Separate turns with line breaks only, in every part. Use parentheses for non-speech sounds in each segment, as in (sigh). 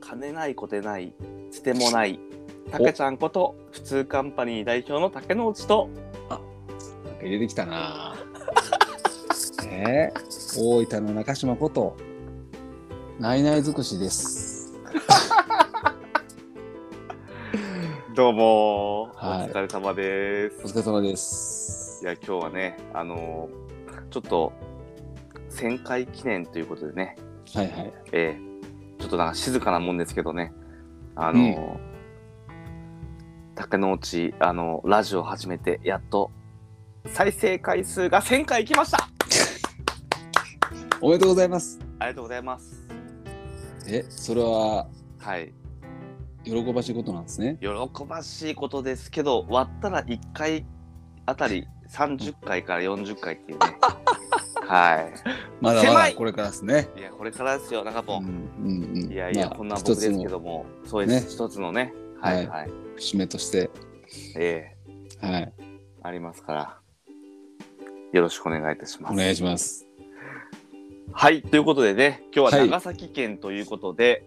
金ないこてないつてもないたけちゃんこと普通カンパニー代表の竹之内と
なんか入れてきたな (laughs) ぁえー、大分の中島こと、ナイナイ尽くしです。
どうもー、
はい
お疲れ様です
お疲れ様です。
いや今日はねあのーちょっと1000回記念ということでね、
はいはい。
えーちょっとなんか静かなもんですけどねあのー竹之内あのラジオ始めてやっと再生回数が1000回いきました
おめでとうございます。
ありがとうございます
え、それは
はい
喜ばしいことなんですね。
喜ばしいことですけど割ったら1回あたり30回から40回っていう
(laughs)
ねは
まだま
狭
だ
い
これからですね。
いいやこれからですよ中
う
ポン、
んうんうん
いやいや、
まあ
こんな僕
一
で
つ
す
の
けども、そうです、
ね
一つのね、はい
は
はい、
節目として、
ええ
はい、
ありますから、よろしくお願いいたしま
お
す。
願いします。
はい、ということでね、今日は
はい
長崎県ということで、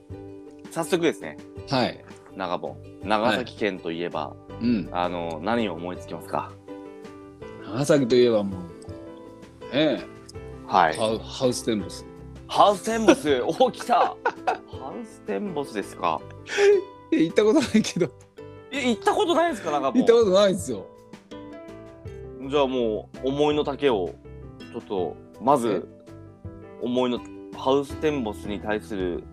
早速ですね、
はい。
長本、長崎県といえば、
うん。
あの、何を思いつきますか
長崎といえばもう、え
は
え
い。
ハウハウステンボス。
ハウステンボス、お (laughs) 来たハウステンボスですか
え、行ったことないけど、
え、行ったことないですか長
行ったこ
本。
とないんですよ。
じゃあもう、思いの丈を、ちょっと、まず、思いの、ハウステンボスに対する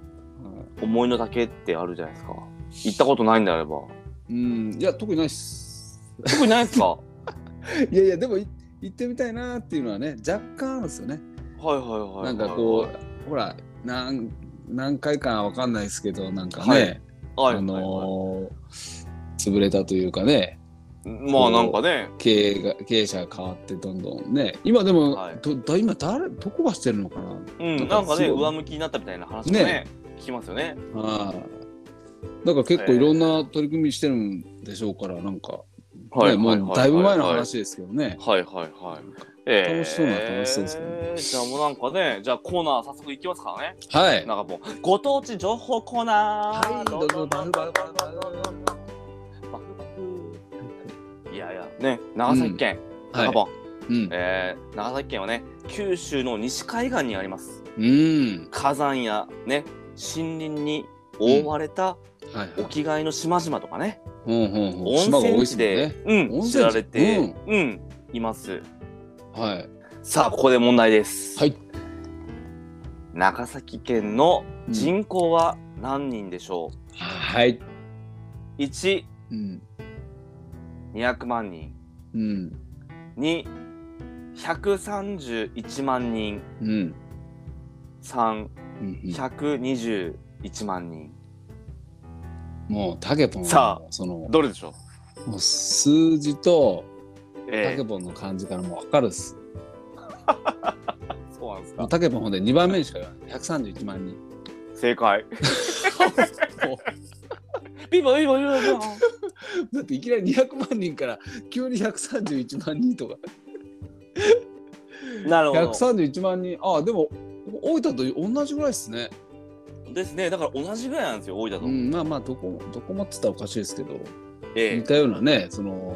思いの丈ってあるじゃないですか行ったことないんであれば
うん、いや、特にないっす。
特にないですかはい
やいやでもい行ってみたいなっていうのはね若干あるんですよね。
いはいはいは
ないんかこうほらなん何回かわかんないですけどなんかね、
はいはい
あ
はいはい
のー潰れたというかね
まあなんかね
経営が経営者が変わってどんどんね今でも、
はい
どだ今誰どこがしてるのかな
うん
な
なんん
か
か
す
ね
ごい
上向きになったみたいな話もね
ね
聞きますよね
はいだから結構いろんな取り組みしてるんでしょうからなんか、
はい
ね、もうだいぶ前の
はいはい
話ですけどね。
はいはいはいええ
楽しそうな楽しそうですね
じゃあもうなんかねじゃあコーナー早速いきますからね
はい。
なんかもうご当地情報コーナー
はいどうぞバフバフバフバ
フバフいやいやね長崎県、
は
長
い
本
うん
えー長崎県はね九州の西海岸にあります
うん
火山やね森林に覆われた
はいはい
沖合の島々とかね、
うんうんうん島
温
が多
泉
いっ
地
すもん
で
ね、
うん、
温泉地
知られて、うんいます
はい。
さあここで問題です、
はい
長崎県の人口は何人でしょ
はい。
う、一
うん。
1200万人
うん。
2131万人
うん。うん
3121万人
もう、タケポンは
さ
その、
どれでしょう
もう数字と、タ
ええ
ケポンの漢字からもう分かるっす。
そうなんです
もう
か
タケポンほんで2番目にしか言わない。131
(laughs)
万人。
正解
も
ビボビボビボビボ
うだっていきなり200万人から急に131万人とか。
なるほど
131万人。ああ、でも、大分と同じぐらいっすね。
ですねだから同じぐらいなんですよ大分と、
うん、まあまあ、どこも、どこもって言ったらおかしいですけど、
ええ
似たようなね、その、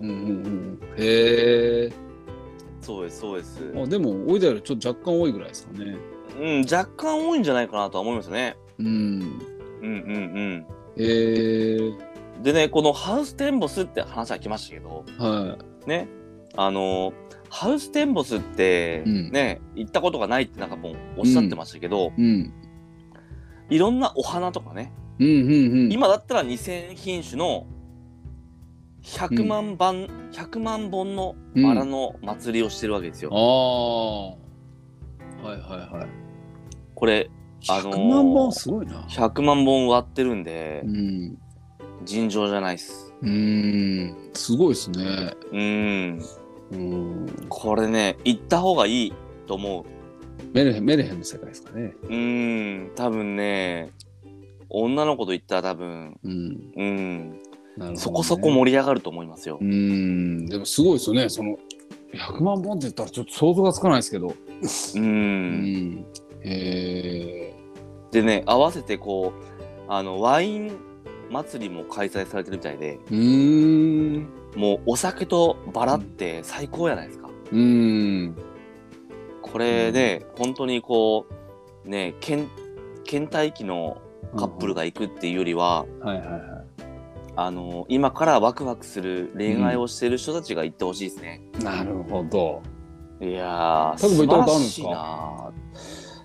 うんうんうん。へえ。
そうですそうです
あでも、大分よりちょっと若干多いぐらいですかね。
うん若干多いんじゃないかなとは思いますね
うん。
うんうん
えー、
うんでねこのハウステンボスって話は来ましたけど
は
ねあのハウステンボスって
うん
ね、行ったことがないってなんかもうおっしゃってましたけど、
い。うん。
いろんなお花とかね
うんうんうん。
今だったら2,000品種の100万番、100万本のバラの祭りをしてるわけですよ。
ああ。はいはいはい。
これあのー
100万本すごいな。
100万本割ってるんで
うん。
尋常じゃないっす。
うーん。すごいですね。
うーん
うん。
これね行った方がいいと思
メルヘン、メルヘンの世界ですかね。
う。うーん多分ね女の子と行ったら多分
うん。
うん、
なるほど、ね。
そこそこ。盛り上がると思いますよ
う。ん。でもすごいですよね。その、100万本って言ったらちょっと想像がつかないですけど。
うー
うんん。へえ。
でね合わせてこうあのワイン祭りも開催されてるみたいで
うーん。
もうお酒とバラって最高じゃないですか、
うーん。
これね、本当にこうね県県大期のカップル
が。
が行くっていうよりは、
はいはいは
あの今からワクワクする恋愛をしてる人たちが行ってほしいですね、
い。なるほど。
いやー
タクも行ったことあるんで
素
す
晴し
から
いな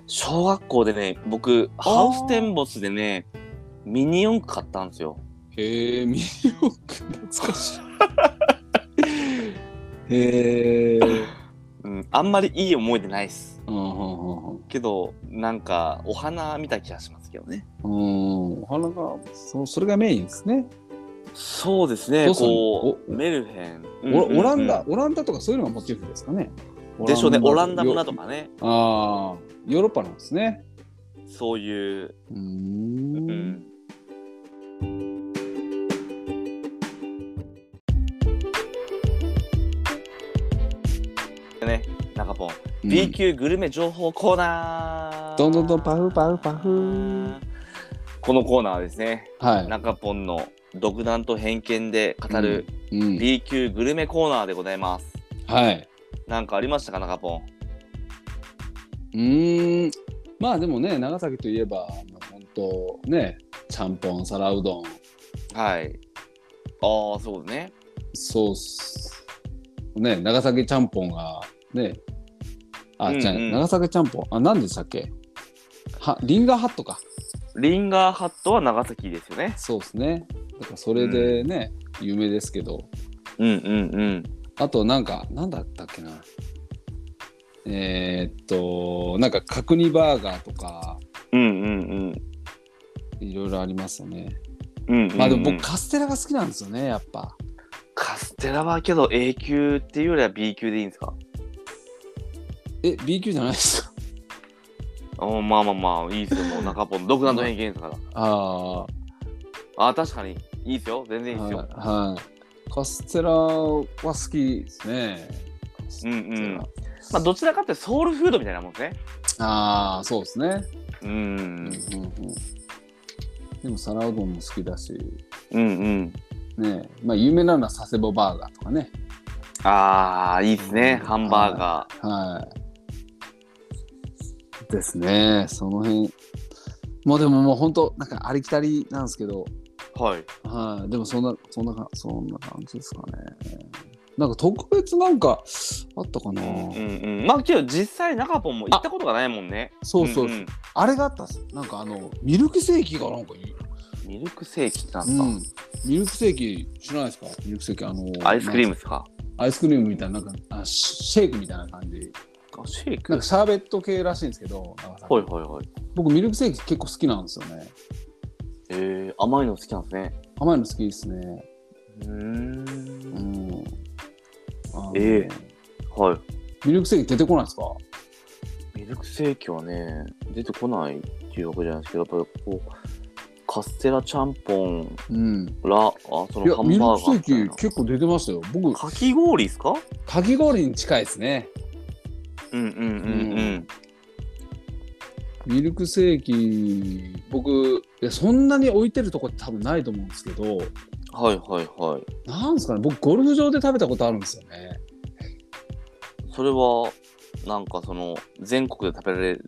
小学校でね僕ハウステンボスでねミニ四駆買ったんですよ
へえ、ミニオーク、懐かし (laughs) い。へえ。
うん、あんまりいい思い出ないっす
うんうんうん
けどなんかお花見た気がしますけどね
うん。うん、お花が、そそれがメインですね。
そうですね
どうすんの
こう
お
メルヘン、
お
うんうんうん
オランダ、オランダとかそういうのがモチーフですかね。
でしょうねオランダ村
よ
とかね
ああ、ヨーロッパなんですね。
そういう、
うー
うん
ん。
でね中ポン B 級グルメ情報コーナー
どんどんどんパフパフパフ
このコーナーはですね
は
中ポンの独断と偏見で語る
い。うん。
B 級グルメコーナーでございます、
はい。
なんかありましたか中ポン
うーん。まあでもね、長崎といえば、本当ね、ちゃんぽん、皿うどん、
はいああそうね
そうっす。ね、長崎ちゃんぽんが、ね、あ、
うんうん
じゃあ長崎ちゃんぽん、あ、何でしたっけは、リンガーハットか。
リンガーハットは長崎ですよね
そうですね。だからそれでね、有名ですけど、
うんうんうん
あとなんか、なんだったっけな。えーっと、なんか角煮バーガーとか、
うんうん
いろいろありますよね。
うんうんうん
まあでも僕、カステラが好きなんですよね、やっぱ。
カステラはけど A 級っていうよりは B 級でいいんですか
え、B 級じゃないで
(laughs)
すか。
おまあまあまあいいですよもう中ポン独断と偏見ですから
あ
あ確かにいいですよ全
あ、
然いいですよ
はい。はいカステラは好きですね。
うんう
カステ
ん
ラ
まあどちらかってソウルフードみたいなもんですね
ああ、そうですね。
う
うん
ん
うんうん。でも、皿うどんも好きだし、
うんうん
ね、まあ、有名なのは佐世保バーガーとかね。
ああいいですね
うん
ハンバーガ
はい。ですね。その辺。もうでももう本当なんかありきたりなんですけど、
ーはい
はい。でもそんな、そんなか、そんな感じですかね。なんか特別なんかあったかな、
うんうんうんまあけど実際中ポンも行ったことがないもんね
そうそうそう、
んん
あれがあったっす。なんかあの、ミルクセーキがなんかいい。
ミルクセーキってなん
う
すか、
ん。ミルクセーキ知らないですかミルクセーキ、あの、
アイスクリー
ム。
ムですか
アイスクリームみたいな、なんかあシシェイクみたいな感じ。
あシェイク
なんかシャーベット系らしいんですけど、長崎
はいはいはい
僕ミルクセーキ結構好きなんですよね。
えー、甘いの好きなんですね
甘いの好きですね。
うー
うんん。あの
ええはい
ミルクセーキ出てこないですか
ミルクセーキはね出てこないっていうわけじゃないですけどやっぱりこうカステラちゃんぽん
うん。
らあそ
いや
のハ、ン
ミル
バーガー
ク
み
セ
たい
ー
な
キ結構出てましたよ。僕、
かき氷ですか
かき氷に近いですね。
うんうんうん
ミルクセーキ、僕、いやそんなに置いてるとこって多分ないと思うんですけど、
うんはいはいはい
なんですかね、僕、ゴルフ場で食べたことあるんですよね。
それはなんかその全国で食べられる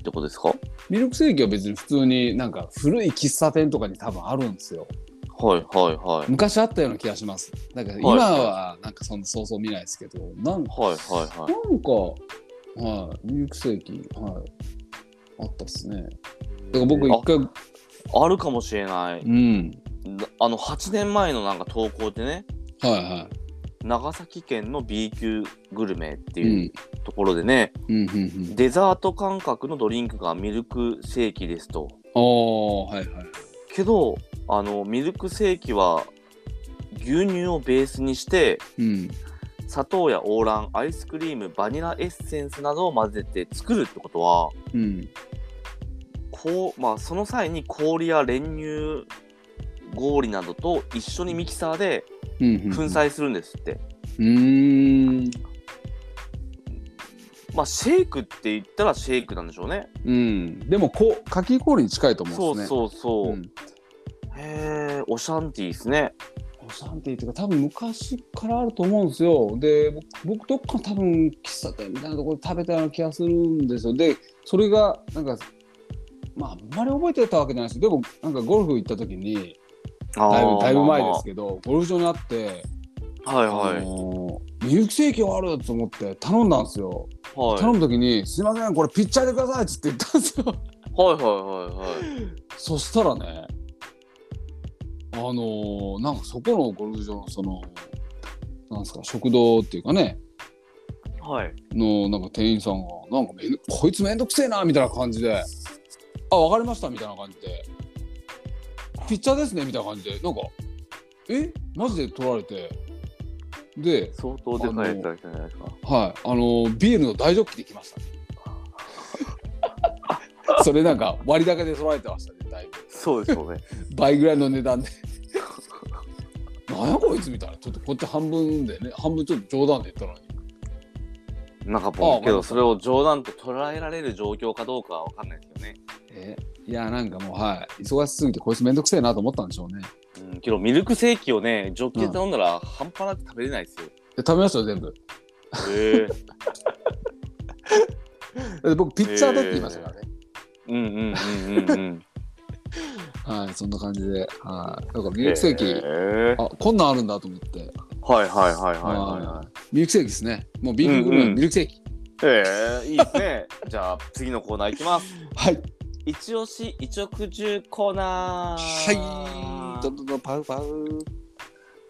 ってことですかはい
ミルクセーキは別に普通になんか古い喫茶店とかに多分あるんですよ。
はいはい
昔あったような気がします。なんか今はなんかそんなそうそう見ないですけど、なんか、
はいはいは
なんか、はい、ミルクセーキ、はい、あったっすね。だから僕
い
一回、
ああるかもしれない
うん、
あの8年前のなんか投稿でね
はいは
長崎県の B 級グルメって
い。
いうところでね、
うん、うん、うんうん。
デザート感覚のドリンクがミルクセーキですと
ああ、はいはい。
けどあのミルクセーキは牛乳をベースにして
うん。
砂糖やオーランアイスクリームバニラエッセンスなどを混ぜて作るってことは
うん。
こう、まあ、その際に氷や練乳氷などと一緒にミキサーで
うん、うん。
粉。砕するんですって、
うーん。
まあシェイクって言ったらシェイクなんでしょうね。
うん。でもこうかき氷に近いと思
そううん
ですね。
そうそう。
うん
へえ、オシャンティーですね。
おシャンティーっていうか多分昔からあると思うんですよで僕僕どっかの多分喫茶店みたいなところで食べたような気がするんですよでそれがなんかまああんまり覚えてたわけじゃないですけどでもなんかゴルフ行った時に
あ
だい
ー
ぶだいぶ前ですけどゴルフ場にあって
まあまあ
あ
はいはい。
のーミルクセーキあると思って頼んだんですよ、
はい
頼む時に「すいませんこれピッチャーでください」っつって言ったんですよ
はいはいはいはい。
そしたらねあのーなんかそこのゴルフ場のそのなんですか食堂っていうかね
はい。
のなんか店員さんが「なんかめんこいつめんどくせえな」みたいな感じで「あわかりました」みたいな感じで「ピッチャーですね」みたいな感じでなんか「えマジで取られて」で、
相当でかいやつだじゃないですか。
はい、あのビールの大ジョッキで来ました (laughs) それなんか割高で取られてましたねだいぶ
そうでしょうね。
倍ぐらいの値段でなんやこいつみたいなちょっとこっち半分でね半分ちょっと冗談で言ったのに
なんか
(laughs) あ
も
あ
うけどそれを冗談と捉えられる状況かどうかはわかんないですよね。
えいやなんかもうはい忙しすぎてこいつめんどくせえなと思ったんでしょうね
うん、けどミルクセーキをね、ジョッキで頼んだら半端なく食べれないですよ。
で食べましたよ全部
(laughs) へえ。
だって僕ピッチャーだって言いましたからね、
うんうんうんうん (laughs) うん。
はいそんな感じではいだからミルクセーキ、
へえ
あこんなんあるんだと思ってはい
はいはいはいはいはいはい。
ミルクセーキですねもうビーフングルメのミルクセーキ、
ええいいですね。 (laughs) じゃあ次のコーナーいきます。
はい
一押し一億中コーナー。
はいどんどんどんパウパウ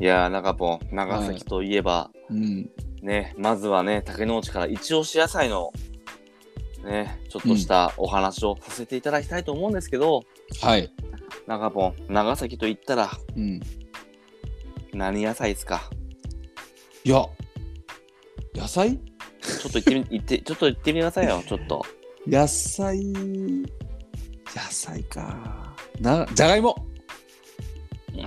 いやー長ポン長崎といえば、
うん
ねまずはね竹之内から一押し野菜のねちょっとしたお話をさせていただきたいと思うんですけど、
はい
長ポン長崎と言ったら
うん
何野菜ですか。
いや野菜
ちょっと言ってみ言ってちょっと言ってみなさいよちょっと。
野菜野菜かなじゃがいも
うーん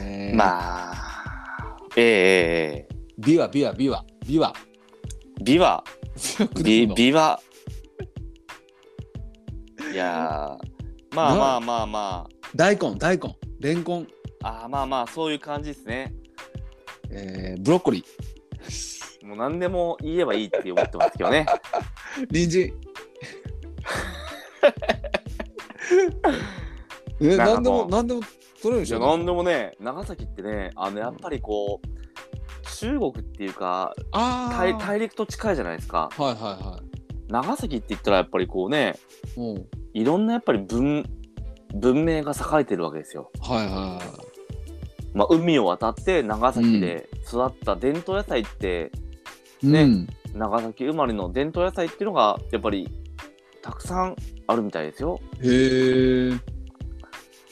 えー
まあえええ
ビワビワビワビワ
えビワ (laughs)
(laughs)
ビ
ビ
ビワいやーまあまあまあま
大根大根レンコン、
ああーまあまあそういう感じですね
えー、ブロッコリー
もう何でも言えばいいって思ってますけどね (laughs)
人参え
なんか
何で
も
も
う
何でも取れるで
い
し
や
ょ
何でもね長崎ってねあのやっぱりこう中国っていうか
ああ
大大陸と近いじゃないですか
はいはいは
長崎って言ったらやっぱりこうね
いもう
いろんなやっぱり文文明が栄えてるわけですよ、
はいはいはい
まあ、海を渡って長崎で育った伝統野菜って、ね
うん
長崎生まれの伝統野菜っていうのがやっぱりたくさんあるみたいですよ
へえ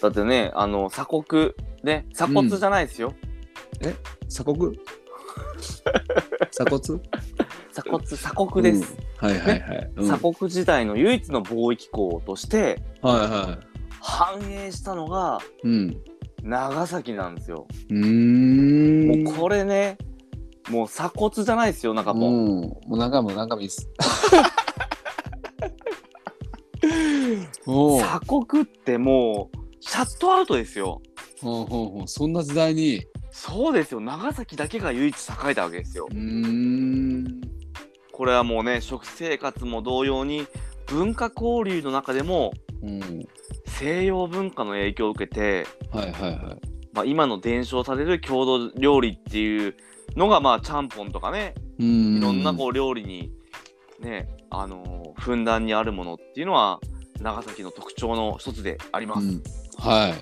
だってねあの鎖国ね鎖骨じゃないですよ、
鎖
(laughs)
国鎖骨
鎖骨鎖国です、
はいはいはい、うんはい
鎖国時代の唯一の貿易港として
は
繁栄したのが
いうん
長崎なんですよ、
うーん
もうこれねもう鎖骨じゃないですよ中
う
ポン、
ん、もう中も中身いい
(laughs)
っす。おう
鎖国ってもうシャットアウトですよ
ほうほうほうそんな時代に
そうですよ長崎だけが唯一栄えたわけですよ
うーん
これはもうね食生活も同様に文化交流の中でも
うん
西洋文化の影響を受けて、
はいはいはい
まあ、今の伝承される郷土料理っていうのがまあちゃんぽんとかね
うん
いろんなこう料理にね、あのーふんだんにあるものっていうのは長崎の特徴の一つであります、
うんはい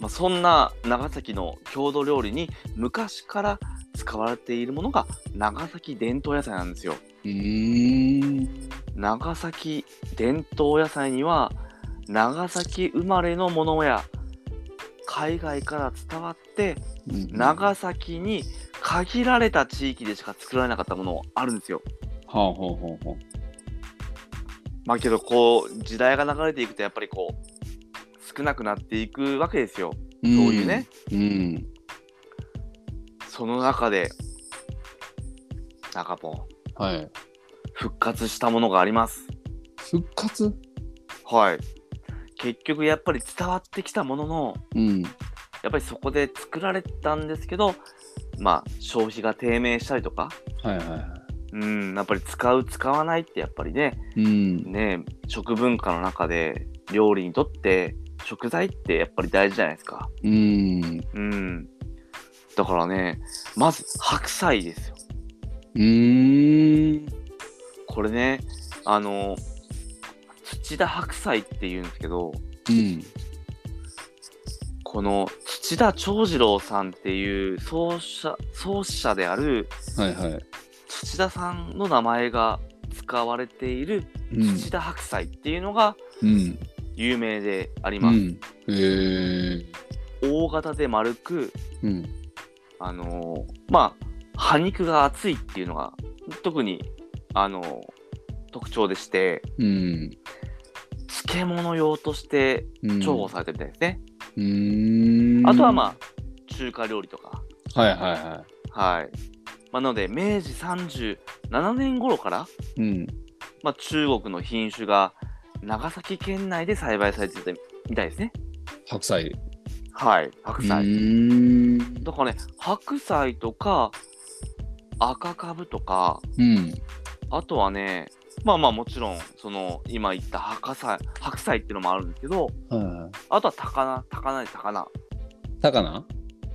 まあ、そんな長崎の郷土料理に昔から使われているものが長崎伝統野菜なんですよ
うーん
長崎伝統野菜には長崎生まれのものや海外から伝わって
うんは
長崎に限られた地域でしか作られなかったものあるんですよ。
あほうほうほう
まあけどこう時代が流れていくとやっぱりこう少なくなっていくわけですよ。
そう
そういうね。
うん
その中で中ポン
はい。
復活したものがあります
復活
はい結局やっぱり伝わってきたものの
うん。
やっぱりそこで作られたんですけどまあ消費が低迷したりとか
はいはいは
うんやっぱり使う使わないってやっぱりね
い。うん。
ね食文化の中で料理にとって食材ってやっぱり大事じゃないですか
うん。
うんだからねまず白菜ですよ
うーん。
これねあの土田白菜っていうんですけど
うん。
この土田長次郎さんっていう創始者創始者である
はいはい。
土田さんの名前が使われている
うん
土。田白菜っていうのが
うん。
有名であり
う
ます、
ん。えー。
大型で丸く
うん。
あのーまあ葉肉が厚いっていうのが特にあのー特徴でして
うん。
漬物用として
うん
重宝されてるみたいですね、
うーん。
あとはまあ中華料理とか
あ。はいはいは
はい、まあ、なので明治37年頃から、
い。うん。
まあ、中国の品種が長崎県内で栽培されてたみたいですね
白菜。
はい白菜、
うーん。
だからね白菜とか赤かぶとか
うん。
あとはね、まあまあもちろん、その今言った白菜、白菜っていうのもあるんですけど、
はいはい。
あとは高菜、高菜、高菜。
高菜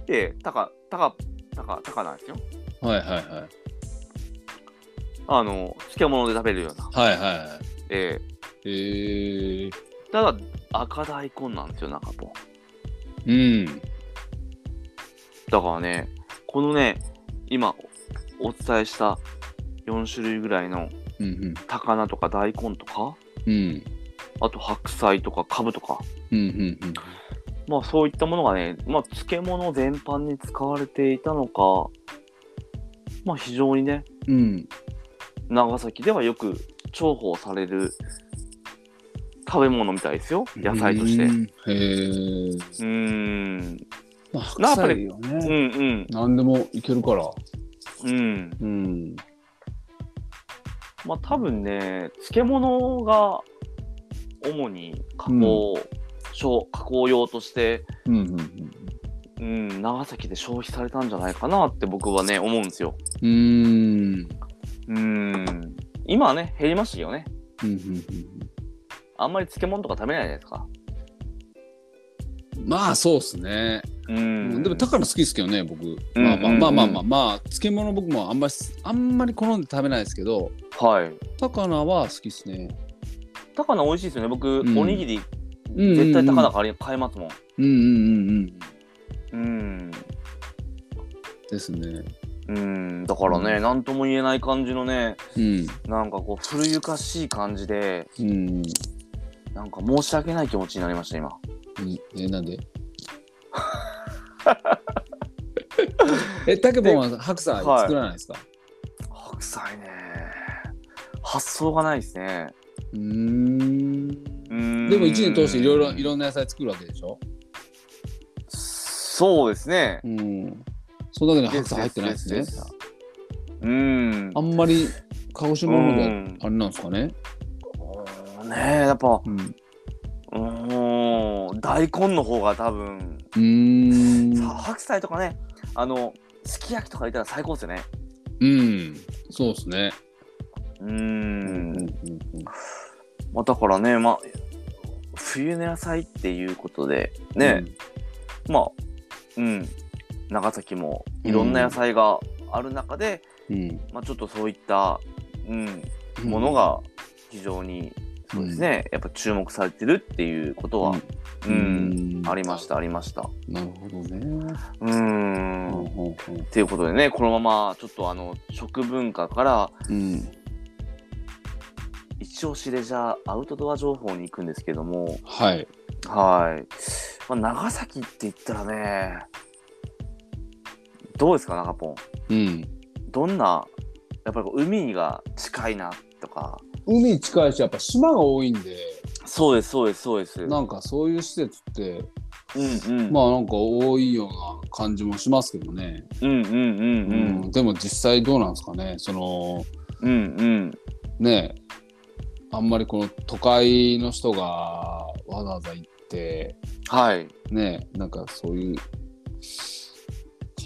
で、高、高、高、高菜ですよ。
はいはいはい。
あの、漬物で食べるような。
はいはいは
え
い。えー。
えただ、赤大根なんですよ、中ポン。
うん。
だからね、このね、今お伝えした4種類ぐらいの
うん
高菜とか大根とか、
うん。うん。
あと白菜とかカブとか、
うんうんうん。
まあそういったものがね、まあ漬物全般に使われていたのか、まあ非常にね、
うん。
長崎ではよく重宝される食べ物みたいですよ、野菜として。
う。
うん
へー。
ーん、
まあ、
な
白
やっぱり
菜よ
うん、う
ね。
ん、
何でもいけるから。
うん。
うん。
まあ多分ね、漬物が主に加工、消加工用として、
うんうん
う
うん。
ん、長崎で消費されたんじゃないかなって僕はね、思うんですよ。
うーん。
うん。今はね、減りましたよね。
うんうん
あんまり漬物とか食べないじゃないですか。
うんまあそうですね。
う
うん
ん。
でも高菜好きですけどね、僕。
うん
まあまあまあまあまあ
う
まあ漬物僕もあんまりあんまり好んで食べないですけど、
はい。
高菜は好きですね。
高菜美味しいですよね。僕、
うん
おにぎり、
うんうん
絶対高菜買い買えますもん。
うんうんうんうん。
うん。
ですね。
うん。だからね、
うん
なんとも言えない感じのね、
うん
なんかこう、古ゆかしい感じで、
うん。
なんか申し訳ない気持ちになりました、今。
うんえな
(laughs)
んで？えタケポンは白菜
はい
作らないですか？
白菜ね。発想がないですね。
うーん。
うん。
でも一年通していろいろいろんな野菜作るわけでしょ？
そうですね。
うん。その中に白菜入ってないですね
で。すうん。
あんまり鹿児島のであれなんですかね。
うんねえ、やっぱ、
うん。
うーん、大根の方が多分、
うー
さ
ん。
白菜とかねあのすき焼きとかいたら最高ですよね
うん。そうですね。
うー、
うん
まあ、だからねまあ冬の野菜っていうことでね、まあうん長崎もいろんな野菜がある中で、
うん。
まあ、ちょっとそういった、うん、
うん。
もの。が非常にそうですね、やっぱ注目されてるっていうことは、うんありましたたありました
なるほどね。
うーん
うん
んっていうことでねこのままちょっとあの食文化から
うん。
一押しレジャーアウトドア情報に行くんですけども
はい。
はい、まあ、長崎って言ったらねどうですか長ポン
うん。
どんなやっぱりこう海が近いなとか
海近いし、やっぱ島が多いんで、
そうですそうですそうです
なんかそういう施設って
うんうん。
まあなんか多いような感じもしますけどね、
うんうんうんう
うん
ん。
でも実際どうなんですかねその
うんうん。
ねあんまりこの都会の人がわざわざ行って
はい。
ねなんかそういう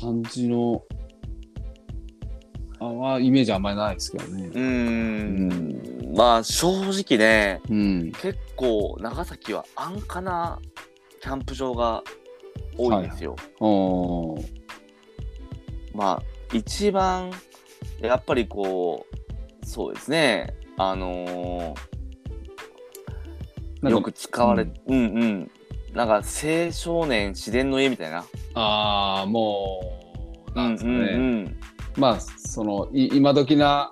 感じのあはイメージあんまりないですけどね。
うーん。まあ正直ね、
うん、
結構長崎は安価なキャンプ場が多いんですよ。
おー
まあ一番やっぱりこうそうですねあのー、
なんか
よく使われうん、うんなんか青少年自然の家みたいな
ああもうなんですかね、
うんうん
まあそのい今時な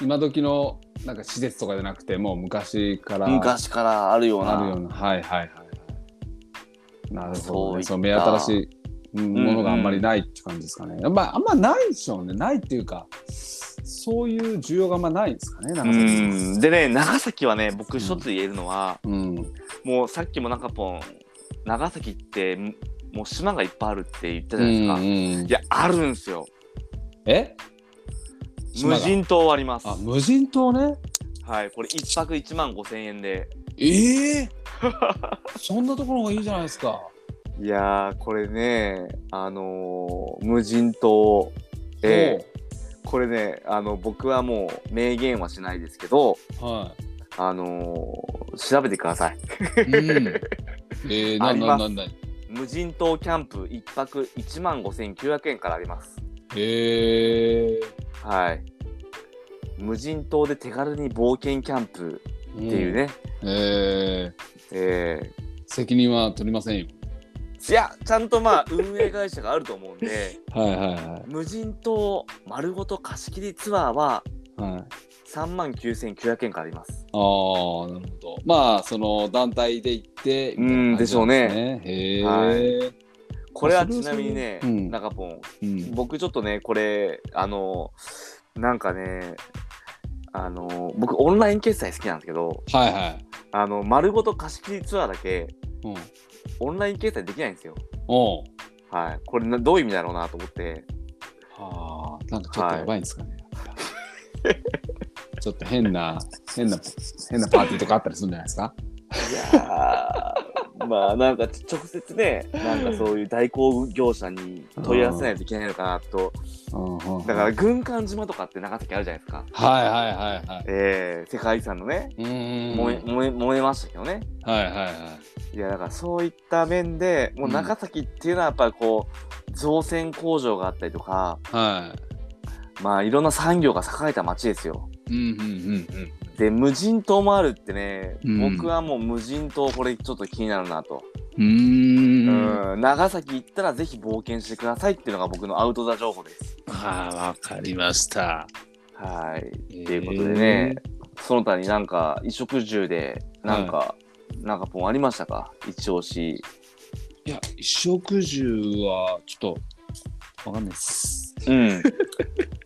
今時のなんか施設とかじゃなくてもう昔から
うん昔からあるような
あるようなはいはいはいはいなるほ
そう
ど、
いっ
ね、
た
そう目新しいうんものがあんまりないって感じですかね、まああんまないでしょうねないっていうかそういう需要があんまないですかね長
う
崎
んでね長崎はね僕一つ言えるのは、
うん
もうさっきもなんかぽん長崎ってんもう島がいっぱいあるって言った
う
じゃないです
ん
か、
うん
いやあるんですよ
え
無
島が
人島あります
あ無人島ね
はいこれ一泊1万5千円で
ええ (laughs) そんなところがいいじゃないですか
いやーこれねあのー無人島ええこれねあの僕はもう明言はしないですけど
ほうはい
あのー調べてください
うん、えー、
(laughs)
な
あ
ん
りま
なん
す
なんなん
無人島キャンプ一泊1万5900円からあります
えー、っ
はい無人島で手軽に冒険キャンプ
て
っていう。ね、
えー、
え
責任は取りませんよ。
ーいやちゃんとまあ運営会社があると思うん
(laughs)
で
はいはいは。
無人島丸ごと貸し切りツアーはい
はい、ああ、なる
3万9900円からあります
ほど。まあ、その団体で行って、みたいな感じなん
うんでしょうね
ね。へえ、
これはちなみにね、
それはそれでうん
中ポン、
うん。
僕ちょっとね、これ、あの、なんかね、あの、僕オンライン決済好きなんですけど、
はいはい。
あの、丸ごと貸し切りツアーだけ、
うん。
オンライン決済できないんですよ。
おう
はい。これな、どういう意味だろうなと思って、
はあ、なんかちょっとやばいんで
(laughs)
すかね。ちょっと変な、変な、変なパーティーとかあったりするんじゃないですか。
いやー、まあなんかち直接ね、なんかそういう代行業者に問い合わせないといけないのかなと、
うんうん
だから軍艦島とかって長崎あるじゃないですか。
はいはいはいはい。
えー、世界遺産のね、
うんうんうん。
燃え、燃え、燃えましたけどね。
はいはいはい。
いやだからそういった面でもう長崎っていうのはやっぱりこう造船工場があったりとか
は
まあいろんな産業が栄えた町ですよ。
い。うんうんうんうん。
で無人島もあるってね、
うん
僕はもう無人島これちょっと気になるなと、
うー。
うんん、長崎行ったらぜひ冒険してくださいっていうのが僕のアウトドア情報です。
ああ、わかりました。
はい
と
っていうことでね、その他になんか衣食住でなんか、なんかポンありましたか一押し。
いや、衣食住はちょっとわかんないです。 (laughs)
うん。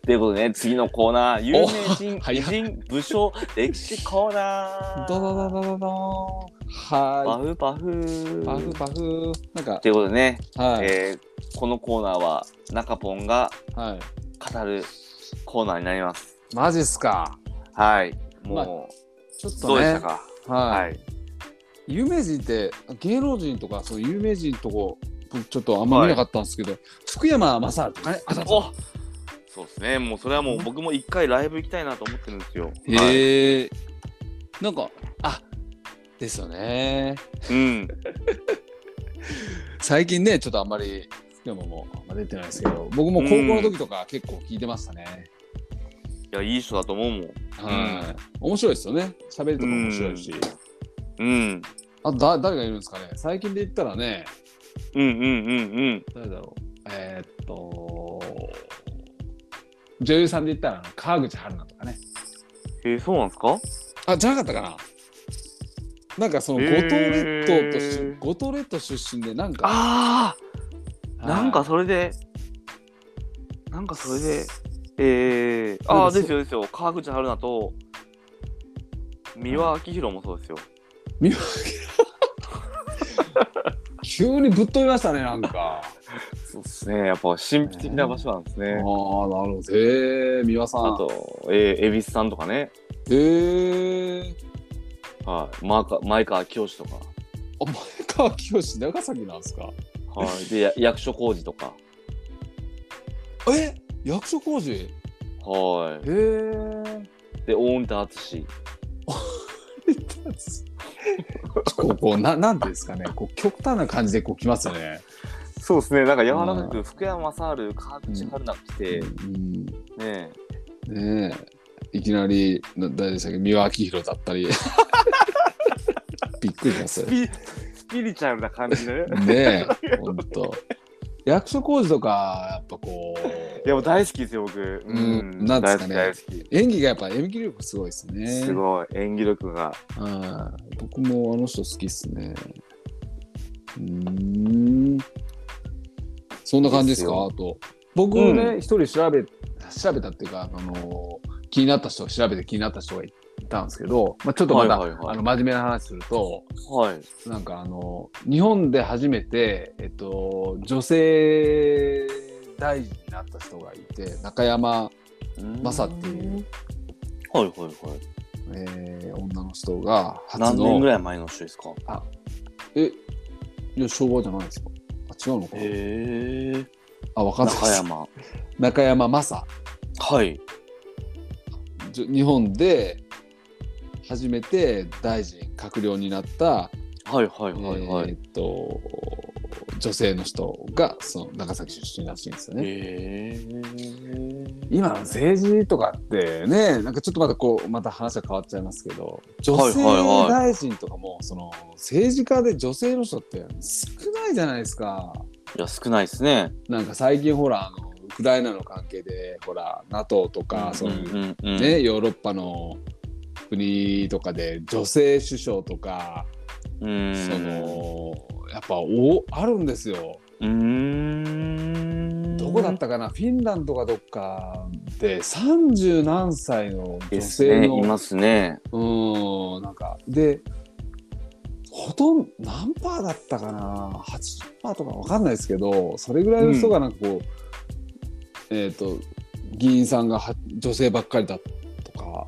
ということでね、次のコーナー、有名人、
早い
偉人、武将、歴史コーナー。
ドドドドドドーン
パ
は
フパフ。
い。パフパフ。なんか
と、いうことでね、
はい。
えーこのコーナーは、中ポンが
は
語るコーナーになります。
い。マジっすか。
はい。も
ちょっ
う、
と
どう
ね。
でしたか、
は。
はいい。
有名人って、芸能人とか、その有名人とこ、僕ちょっとあんま見なかったんですけど、福山雅治とかね。あたた
おそうですね、もうそれはもう僕も一回ライブ行きたいなと思ってるんですよ。はい
へえ。なんか、あですよね。
うん。
最近ねちょっとあんまり福山もあんま出てないですけど僕も高校の時とか結構聞いてましたね、
いや、いい人だと思うもん。
はい面白いですよね喋りとか面白いし、
うん。
あとだ誰がいるんですかね最近で言ったらね
うんうんうんうん。
誰だろうえーっと女優さんで言ったらあの川口春奈とかね
えーそうなんですか
あじゃなかったかななんかその
へ
五
ー
島列島とし五島列島出身でなんか
ああ
はい
なんかそれで、なんかそれで、えー、
な
あ
ん
あ、
かそ
ですよですよ、川口春奈と、三輪明宏もそうですよ。
三輪急にぶっ飛びましたねなん (laughs) か
そうですね。やっぱ神秘的な場所なんです
ああな
ね
る。ほどへえ三輪さん
あと、えー、恵比寿さんとかね。
へえ
はい。マーカ前川清とか。
あ前川清長崎なんですか
はい。で、 (laughs) や役所工事とか。
え役所工事へ
は
え
い。で、大仁田淳。
こうこうななんていうんですかねこう極端な感じでこう来ますよね、
そうですね。なんか柔
らか
く、福山雅治、川口春奈来て、ね
うん
え。
ねえいきなりな誰でしたっけ三輪明宏だったり (laughs) びっくりします
ス
よ
ピスピリチュアルな感じ (laughs) で。
ねえほんと役所工事とかやっぱこ
いや、もう大好きですよ、僕。う
うんなんですかね
大好き、大好
う演技がやっぱ演技力すごいですね
き。すごい、演技力が。
はい僕もあの人好きっすねうーんそんな感じで
です
すか
よ
あと僕
う
ね一、人調べ調べたっていうか、あの気になった人を調べて気になった人がいたんですけど、まあ、ちょっとまだ、
はいはいはい
あの真面目な話すると
はい。
なんかあの日本で初めて、えっと、女性大臣になった人がいて中山、マサっていう。
はいはいはい。
えー女の人が初の
何年ぐらい前の人ですか
え、いや、昭和じゃないですか。あ、違うのかな。
へえ。
あ、分かんないで
中
す。
山。
中山正。
はい。
じゅ日本で初めて大臣、閣僚になった、
はいはいはいはい。
えーっと、女性の人が、その長崎出身らしいんですよね。
へー
今の政治とかってね、なんかちょっとまたこう、また話が変わっちゃいますけど、女性
はいはいはい
大臣とかも、その政治家で女性の人って少ないじゃないですか。
いや少ないですね。
なんか最近ほらあのウクライナの関係でほら NATO とかそういう、
んうんうん、
ね、ヨーロッパの国とかで女性首相とか、
うん
そのやっぱおあるんですよ。
うーん
どこだったかな、フィンランドかどっかで30何歳の
で
女
す
性
ね
の、
いますね。
うんなんかでほとんど何パーだったかな80パーとかわかんないですけどそれぐらいの人がなんかこう、えっ、と議員さんがは女性ばっかりだとかやっ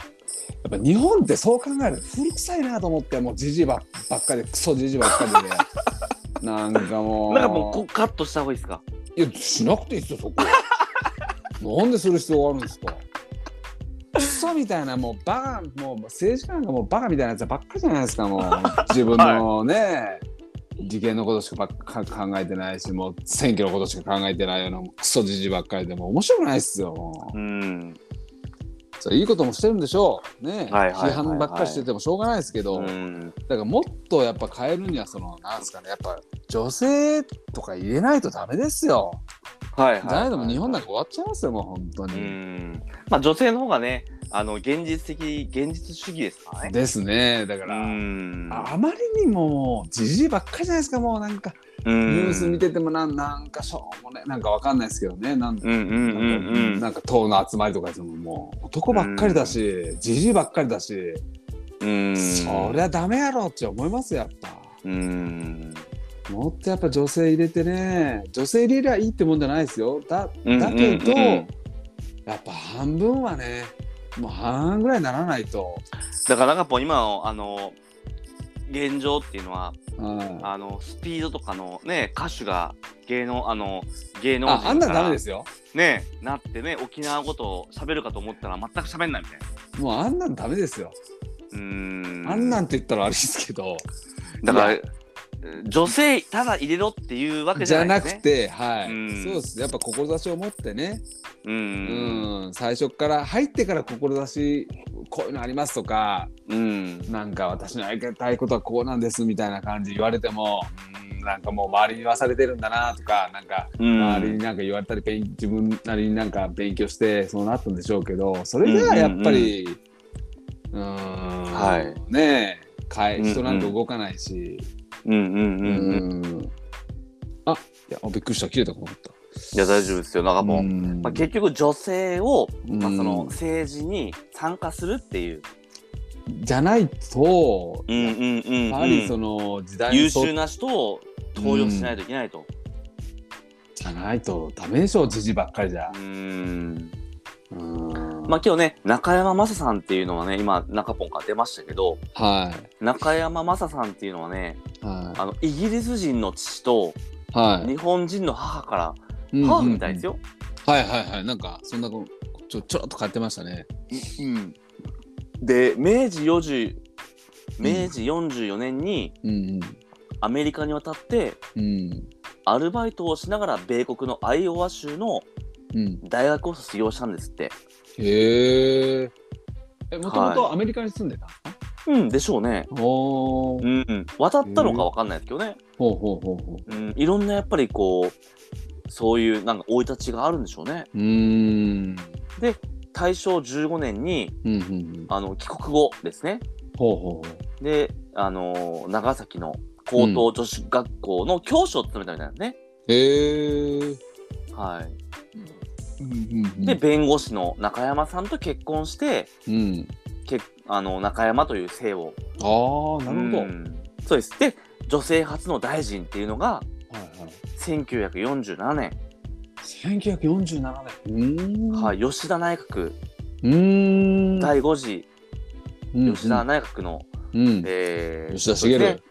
ぱ日本ってそう考えると古臭いなと思ってもうじじばばっかりでクソじじばっかり
(laughs)
でなんかもう
なんかもうこうカットした方がいいですか。
いやしなくていいですよそこ (laughs) なんでする必要があるんですかクソみたいなもうバカもう政治家なんかもうバカみたいなやつばっかりじゃないですかも
(laughs)
う自分のね、事件のことしかばっか考えてないしもう選挙のことしか考えてないようなもうクソじじばっかりでもう面白くないっすよもう
うん。
それいいこともしてるんでしょうね、
はいはいはいはい
批判ばっかりしててもしょうがないですけど、
うん
だからもっとやっぱ変えるにはそのなんですかねやっぱ女性とか入れないとダメですよ
はいはい。
じゃないのも日本なんか終わっちゃいますよ、もう本当
う
に。
ん。まあ女性の方がね、あの現実的現実主義ですからね。
ですね、だか
う
ら、
ん。
あまりにもじじいばっかりじゃないですか、もうなんか、
ニ
ニュース見
て。
ててもなん、なんかしょうもね、なんかわかんないですけどね、なんなんか、
うんうんうんうん。
なんか党の集まりとかでも、もう男ばっかりだし、じじいばっかりだし、
うん。
そりゃダメやろって思いますよ、やっぱ。
うん。
もっとやっぱ女性入れてね、女性入れりゃいいってもんじゃないですよ。だ
うん
だけど、
うんうん
やっぱ半分はね、もう半々ぐらいにならないと。
だからなんかもう今のあの現状っていうのは
うん
あのスピードとかのね歌手が芸能あの芸能人
あ、あんな
か
の
ら
ダメですよ。
ねなってね沖縄語と喋るかと思ったら全く喋んないみたいな。
もうあんなんダメですよ。
うーん
あんなんって言ったら悪いですけど、
だから
い
女性ただ入れろっていうわけじ
じ
ゃ
ゃ
ない
な
です
く
ね。
て、はい、
うん
そうです。やっぱ志を持ってね、
う
うんん、最初から入ってから志こういうのありますとか、
うん
なんか私のやりたいことはこうなんですみたいな感じ言われても、うん、なんかもう周りに言わされてるんだなとか、なんか
うん
周りになんか言われたり勉自分なりになんか勉強してそうなったんでしょうけどそれじゃあやっぱりうーん,、
は
ねえか
う
え
んうん
人なんか動かないし
うんうん
う
うんうん。
んあいやあびっくりした切れたかと思った
いや大丈夫ですよなんかもう
うん
まあ、結局女性を、まあ、
うん
その政治に参加するっていう。
じゃないと
うんうんうんうん
やっぱりその時代に
優
沿っ
秀な人を登場しないといけないと。
じゃないとダメでしょじじばっかりじゃ
う。ん。
うん
まあ今日ね、中山雅さんっていうのはね、今、中ポンから出ましたけど、
は
中山雅さんっていうのはね、
いは
あの、イギリス人の父と、
いは
日本人の母から、
い。うん
母みたいです。よ。
うんはいはいはい。なんかそんなこちょちょろっと変えてましたね。
うん、で明治40
うん
明治44年に
うん
アメリカに渡って
うんうん
アルバイトをしながら米国のアイオワ州の
うん。
大学を卒業したんですって。
へえ。えもとも
は
とアメリカに住んでた。
うんでしょうね。
おお
う。ん、渡ったのかわかんないですけどね、
ほうほうほうほ
う
う。
ん、いろんなやっぱりこうそういうなんか生い立ちがあるんでしょうね
うーん。
大正15年に
うんうんうん。
あの帰国後ですね
ほうほうほ
であの長崎の高等女子学校の教師を務めたみたいなんですね、
う。へえ。
はい、
うんうんうん
で、弁護士の中山さんと結婚して
うん。
けあの中山という姓を
ああ、なるほど。
う
はい
んそうですで女性初の大臣っていうのが
はい。
1947年、
1947年。うーん。。
はいい、吉田内閣
うーん。
第5次
うん
吉田内閣の、
うん。
えー
吉田
そう
茂。
ですね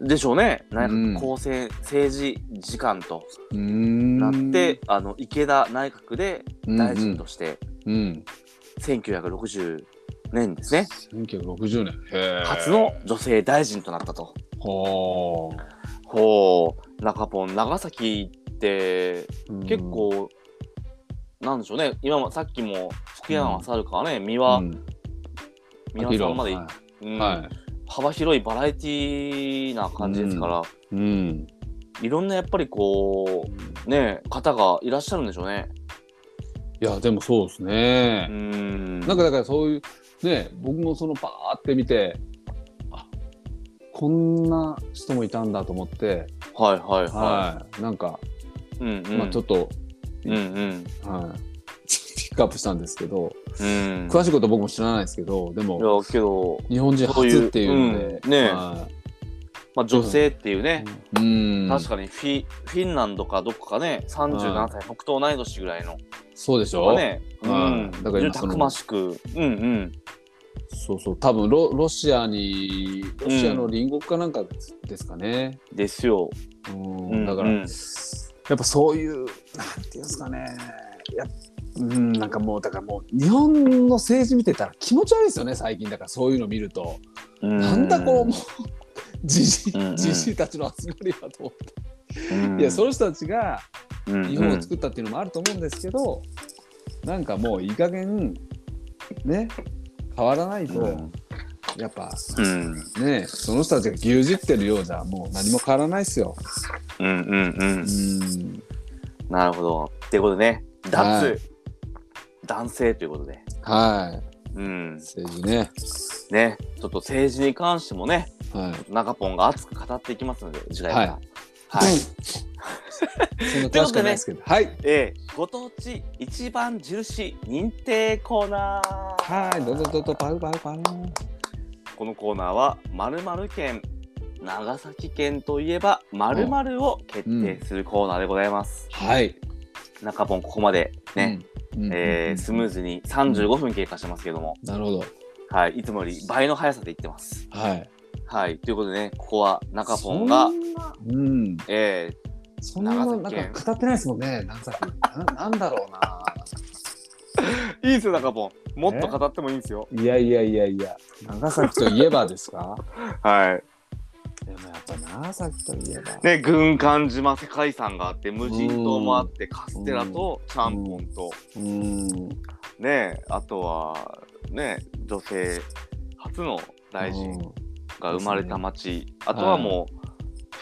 でしょうね内
うん
閣構成政治次官と
うーん。
なって、あの池田内閣で大臣として
うんうん。
1960年ですね、
1960年。へえ。
初の。女性大臣となったと。
はあ。
ほう中ポン長崎って
うん
結、構、なんでしょうね今もさっきも福山雅治からね三輪、
うん
三輪さんまで、
は
うん
い。は
幅広いバラエティーな感じですから、
い。うん。
いろんなやっぱりこうね方がいらっしゃるんでしょうね。
いや、でもそうですね。
うん
なんかだからそういうね僕もそのパーって見てあこんな人もいたんだと思って、
はいはいは
はい、なんか、
い。うんうん
まあちょっと、
うんうん
はい、ピックアップしたんですけど
うん。
詳しいこと僕も知らないですけどで
い
も
やけど、
日本人初っていうので
そういううんね
は
まあ、女性っていうね、
いうん、
確かにフィフィンランドかどっかかね37歳、北東同い年ぐらいの
そうでし
は
ょ、
ね、う
はい
ん、
だから今
た
その
くましく、うんうん、
そうそう多分ロロシアにロシアの隣国かなんかですですかね、
ですよ。
うん
うん
だから、
うん
やっぱそういうなんていうんですかねやっうんなんかもうだからもう日本の政治見てたら気持ち悪いですよね最近だからそういうの見ると、なんだこのもう (laughs) じじ
うんうん
じじいたちの集まりはと思って、
うん
(laughs) いやその人たちが
うん
日本を作ったっていうのもあると思うんですけど、なんかもういい加減ね変わらないと、
うん
やっぱ
うん
ねその人たちが牛耳ってるようじゃもう何も変わらないですよ。
うんうんうん
うん
なるほど。っていうことでね、脱、
はい
男性ということで、
は
うん
い、政治ね、
ね、ちょっと政治に関してもね、
はい
中ポンが熱く語っていきますので、次回
は
はいら。
は
はいい。。
そんな詳しくはないですけど。はい。
えーご当地一番印認定コーナー。
はい。どうぞどうぞ、パウパウパウ。
このコーナーは〇〇県長崎県といえば〇〇を決定するコーナーでございます。
はい。
中ポンここまでね、
うん。うん
えースムーズに35分経過してますけども、
なるほど。
はい、いつもより倍の速さでいってます。
はい。
はい、ということでね、ここは中ポンが
そ、んな。うん。
え
そんな、
長
なん
崎県
か語ってないですもんね。長崎。ななんだろうな。
ー、いいですよ、中ポン。もっと語ってもいいんですよ。
いやいやいやいや。長崎といえばです
(laughs)
か。
は
でもやっぱ長崎といえば
い。。ね、軍艦島世界遺産があって、無人島もあって、カステラとちゃんぽんと、
うん。
ね、あとは、ね、女性初の大臣
うん
が生まれた町、あとはもう、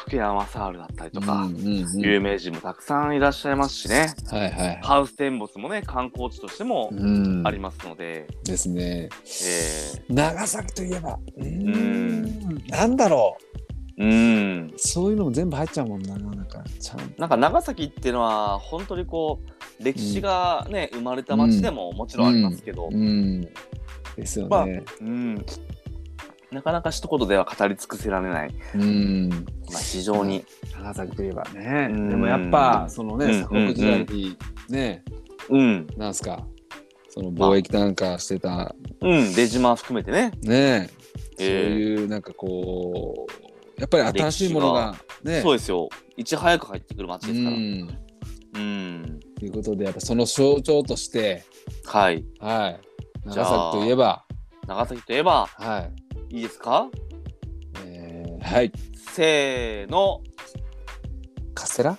福山雅治だったりと
う
か
ん、うんうん
有名人もたくさんいらっしゃいますしね、
はいはい。
ハウステンボスもね、観光地としても
うん
ありますので、
ですね。
え
長崎といえば。う
う
ーん。なんだろう。
ー、うん。
そういうのも全部入っちゃうもんな、なんか、ちゃん
なんか長崎っていうのは本当にこう歴史がね、生まれた町でももちろんありますけど、
うん。ですよね。
まあうんなかなか一言では語り尽くせられない、
うん
まあ、非常に
長崎といえばね、
うん
でもやっぱそのね、
うん
鎖国時代にね、
うん
なんすかその貿易なんかしてた
うん出島含めてね
ね、そう
え
いうなんかこうやっぱり新しいものがね
そうですよいち早く入ってくる街ですから
うん
うん
ということでやっぱその象徴として
はい
はい
じゃ
長
あ
崎といえば
長崎といえば
はい、
いいですか
えー、はい
せーの
カステラ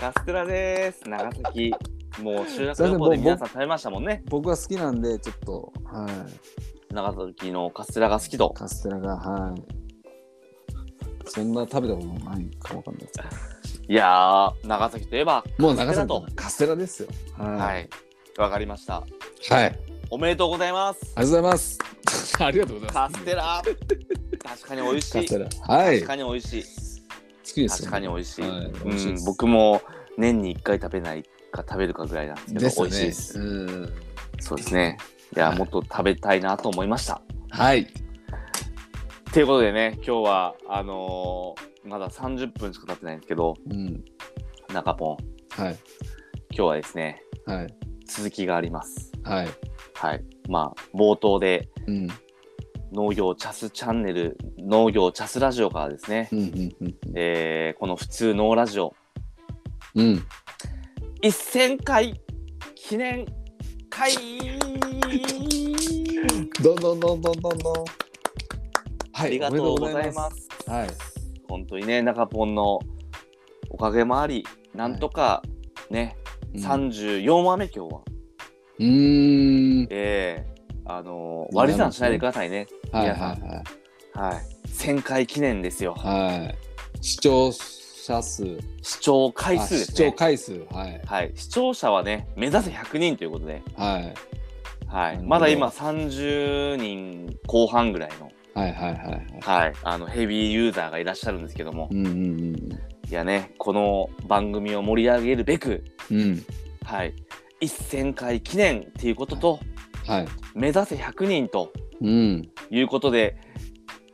カステラです長崎もう修学
すいませ
旅
ん
行で
僕
皆さん食べましたもんね
僕が好きなんでちょっとはい
長崎のカステラが好きと
カステラがはいそんな食べたことないかわかんないですけ
いやー長崎といえば
どもう長
カステラ
崎
と
とカステラですよ
は
はい
わかりました
い、はい、あり
おめでとうございます
がとうございます (laughs) ありがとうございま
カステラ確かに美味
す
し
カ
い
ステラはい
確
好
かに美味しい
きです
確
よ、
かに美味しい,、
はい美味しいで
うん、
す
僕も年に1回食べないか食べるかぐらいなんですけど
です
美
よ
味しいです、
ねうん
そうですねいや、
はい
もっと食べたいなと思いました
はい
ということでね今日はあのーまだ30分しか経ってないんですけど
うん
中ポン
は
今
い
日はですね
はい
続きがあります
はい
はいまあ冒頭で
うん
農業チャスチャンネル農業チャスラジオからですね、
うんうんうん
えーこの普通農ラジオ
うん
1000回記念会
どんどんどんどんどんどんは
ありがとうござい
おめでとうございま
ますす。
はい
本当にね、中ポンのおかげもあり、なんとかね、34話目今日は。
うーん
ええあのー割り算しないでくださいね。
はい
皆
は
さ
い
ん
はい
はい。1000回記念ですよ。
はい。視聴者数、
視聴回
あ
数です
視
ね。
聴回数、はい
はい。視聴者はね、目指せ100人ということで、は。
はいないるほど
まだ今30人後半ぐらいの、
はいはいはいはい。
はい。あの、ヘビーユーザーがいらっしゃるんですけども
う、んうん
いやね、この番組を盛り上げるべく、
うんうん
はい、1000回記念っていうことと、
はい
目指せ100人と
うん
いうことで、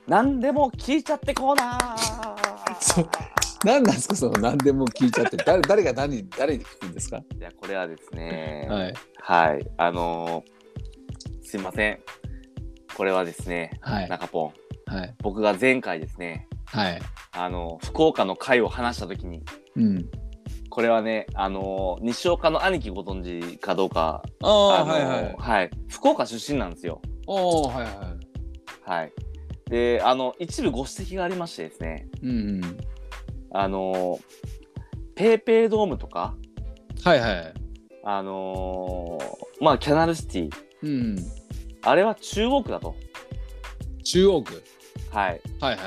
何でも聞いちゃってコーナー
(laughs) そう何なんですかその何でも聞いちゃって誰誰が何に誰に聞くんですか
いや、これはですね、はい、
(laughs) はい
あのーすいません。これはですね、
はい
中ポン、
はい
僕が前回ですね、
はい
あの福岡の会を話したときに、
うん
これはね、あのー西岡の兄貴ご存知かどうか、
ああ
あの
はいは
ー
い
はい、福岡出身なんですよ。
おおはいは
はい。で、あの、一部ご指摘がありましてですね、
いうんうん
あの、ペイペイドームとか、
はいはい
あのーまあ、キャナルシティ、
うん
あれは中央区だと。
中央区
はい。
はいはい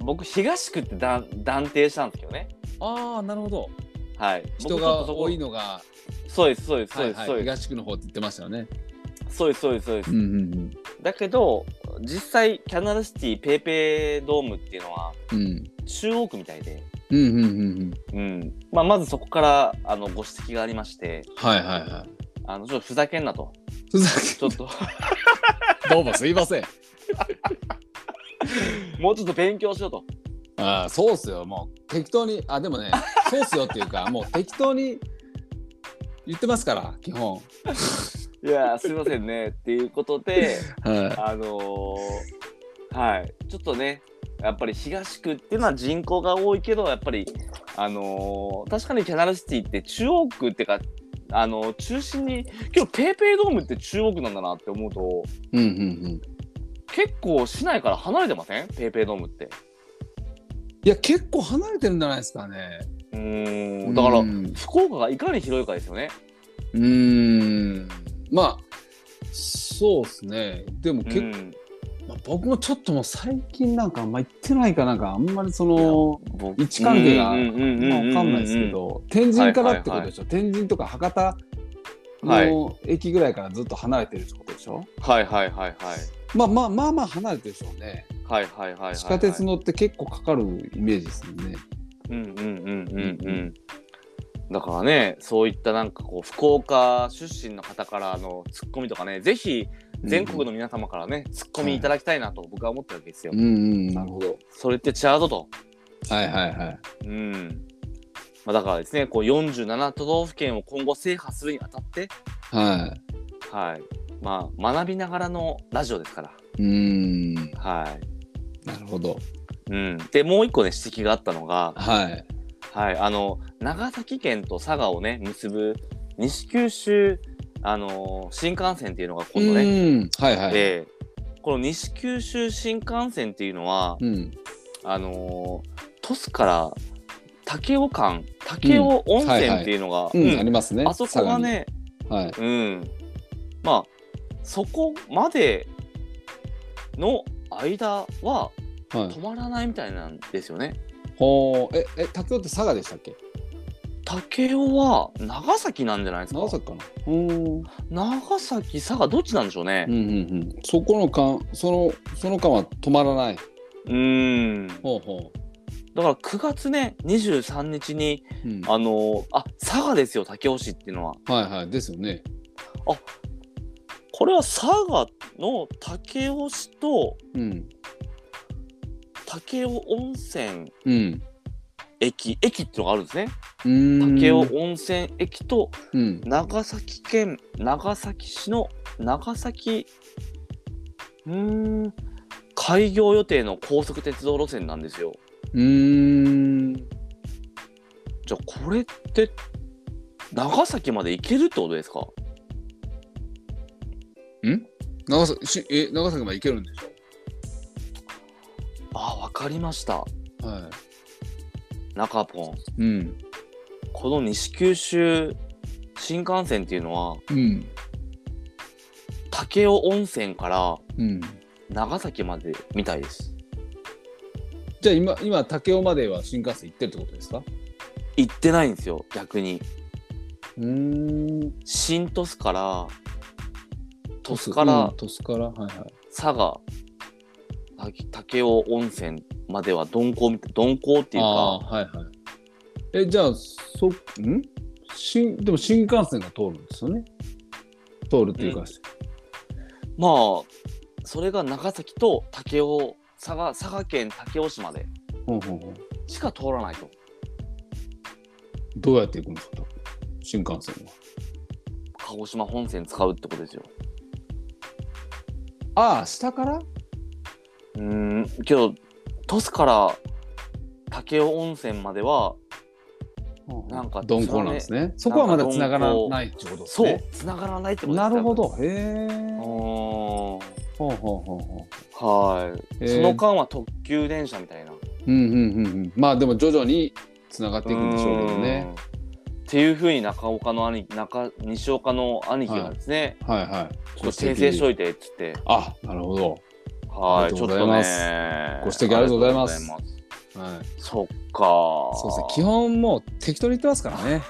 僕、東区って断断定したんですけどね。
ああなるほど
はい。僕
人
ちょっ
が
とそこ
多いのが
そうです、そうです、そ
は
う
い
です、
は
そう
い
です。
東区の方って言ってましたよね
そうです、そうです、そうです。
んうん
だけど、実際、キャナルシティ、ペイペイドームっていうのは、
うんうん
中央区みたいで、
うんうんうんうん
うん。まあ、まずそこから、あの、ご指摘がありまして、
はいはいはい
あの、ちょっとふざけんなと。
ふざ
ちょっと。 (laughs)
けどうもすいません
もうちょっと勉強しようと。
あーそうっすよもう適当にあでもねそうっすよっていう (laughs) かもう適当に言ってますから基本
いやー、すいませんね。っていうことで、
は
あのーはい、ちょっとね、やっぱり東区っていうのは人口が多いけど、やっぱり、あのー確かにキャナルシティって中央区ってか、あのー中心に、今日ペイペイドームって中央区なんだなって思うと、
いうんうんうん
結構市内から離れてませんペイペイドームって。
いや結構離れてるんじゃないですかね
うーん、だから、
うん
福岡がいかに広いかですよね。
うーんまあそうっすねでも結構、
うん
まあ僕もちょっともう最近なんかあんま行ってないからなんかあんまりその
僕
位置関係が
うんうんうん
まあ
うんうんうん
わかんないですけど天神からってことでしょ、天神とか博多の駅ぐらいからずっと離れてるってことでしょ、
はいはいはいはい。
まあまあまあまあ離れてるでしょうね。
はいはいはいはい、はい。
地下鉄乗って結構かかるイメージですもんね。
うんうんうんうんうん。だからねそういったなんかこう福岡出身の方からのツッコミとかねぜひ全国の皆様からね、ツッコミいただきたいなと僕は思ったわけですよ。
うんうん、なるほど。
それってチャードと。
はいはいはい。
うんまあ、だからですねこう47都道府県を今後制覇するにあたって、
は
はいまあ、学びながらのラジオですから。
い。うん、な
はい
るほど。
うん、でもう一個ね指摘があったのが、
はい。
はい、あの長崎県と佐賀をね結ぶ西九州、あの新幹線っていうのが今度ね、
うん、はいはい。
でこの西九州新幹線っていうのは、
うん、
あの鳥栖から武雄間武雄温泉っていうのが、
うん
うん
ありますね。
あそこがね、
佐賀に。はい。
うん、まあそこまでの間は
はい
止。まらないみたいなんですよね。
ほう、え、え、竹雄って佐賀でしたっけ。
武雄は長崎なんじゃないですか
長崎かな。うん。
長崎佐賀どっちなんでしょうね
うんうんうん、そこの間そのその間は止まらない。
うーん
ほうほ
だから9月ね23日に
う。うん、
あのあ佐賀ですよ武雄市っていうのは
はいはいですよね。
これは佐賀の武雄市と
うん
武雄温泉
うん。
駅駅っていうのがあるんですね
うーん
武雄温泉駅と
うん。
長崎県長崎市の長崎うーん開業予定の高速鉄道路線なんですよ
うーん。
じゃあこれって長崎まで行けるってことですか
長崎しえ長崎まで行けるんでし
あわかりました
ょ。は
中ポン
い。うん
この西九州新幹線っていうのは
うん
武雄温泉から
うん。
長崎までみたいです
じゃあ今今竹雄までは新幹線行ってるってことですか。
行ってないんですよ逆に
うーん。
新鳥栖から鳥栖から
うん鳥栖からはいはい。
佐賀た武雄温泉までは鈍行みたい鈍行っていう
あ
か
あーはいはい。えじゃあそん新でも新幹線が通るんですよね。通るっていうか。
まあそれが長崎と武雄佐賀佐賀県武雄市まで
ほうほうほう。
しか通らないと
どうやって行くんですか新幹線は。
鹿児島本線使うってことですよ
ああ、下から
うーんけど鳥栖から武雄温泉まではなんか
鈍行なんですね。そこはまだ繋がらないってことです
そ
ね
う。繋がらないってことです
なるほど。へ
多
え。
分う
ほうほうほうほ
ーんはい、
う。
その
か。
間は特急電車みたいな
うんうんうんうん。まあでも徐々に繋がっていくんでしょうけどね。
うーんっていうふうに中岡の兄中西岡の兄貴がですね、
はいはい。
ちょっと訂正しといてっつって
あ、なるほど。
は
あり
いち
がと
ょ
う
っ
ござ
と
います
ね
ご指摘ありがとうございます
ありがとうござい
はい。
ますそっか
そうですね。基本もう適当に言ってますか
(laughs)
らね。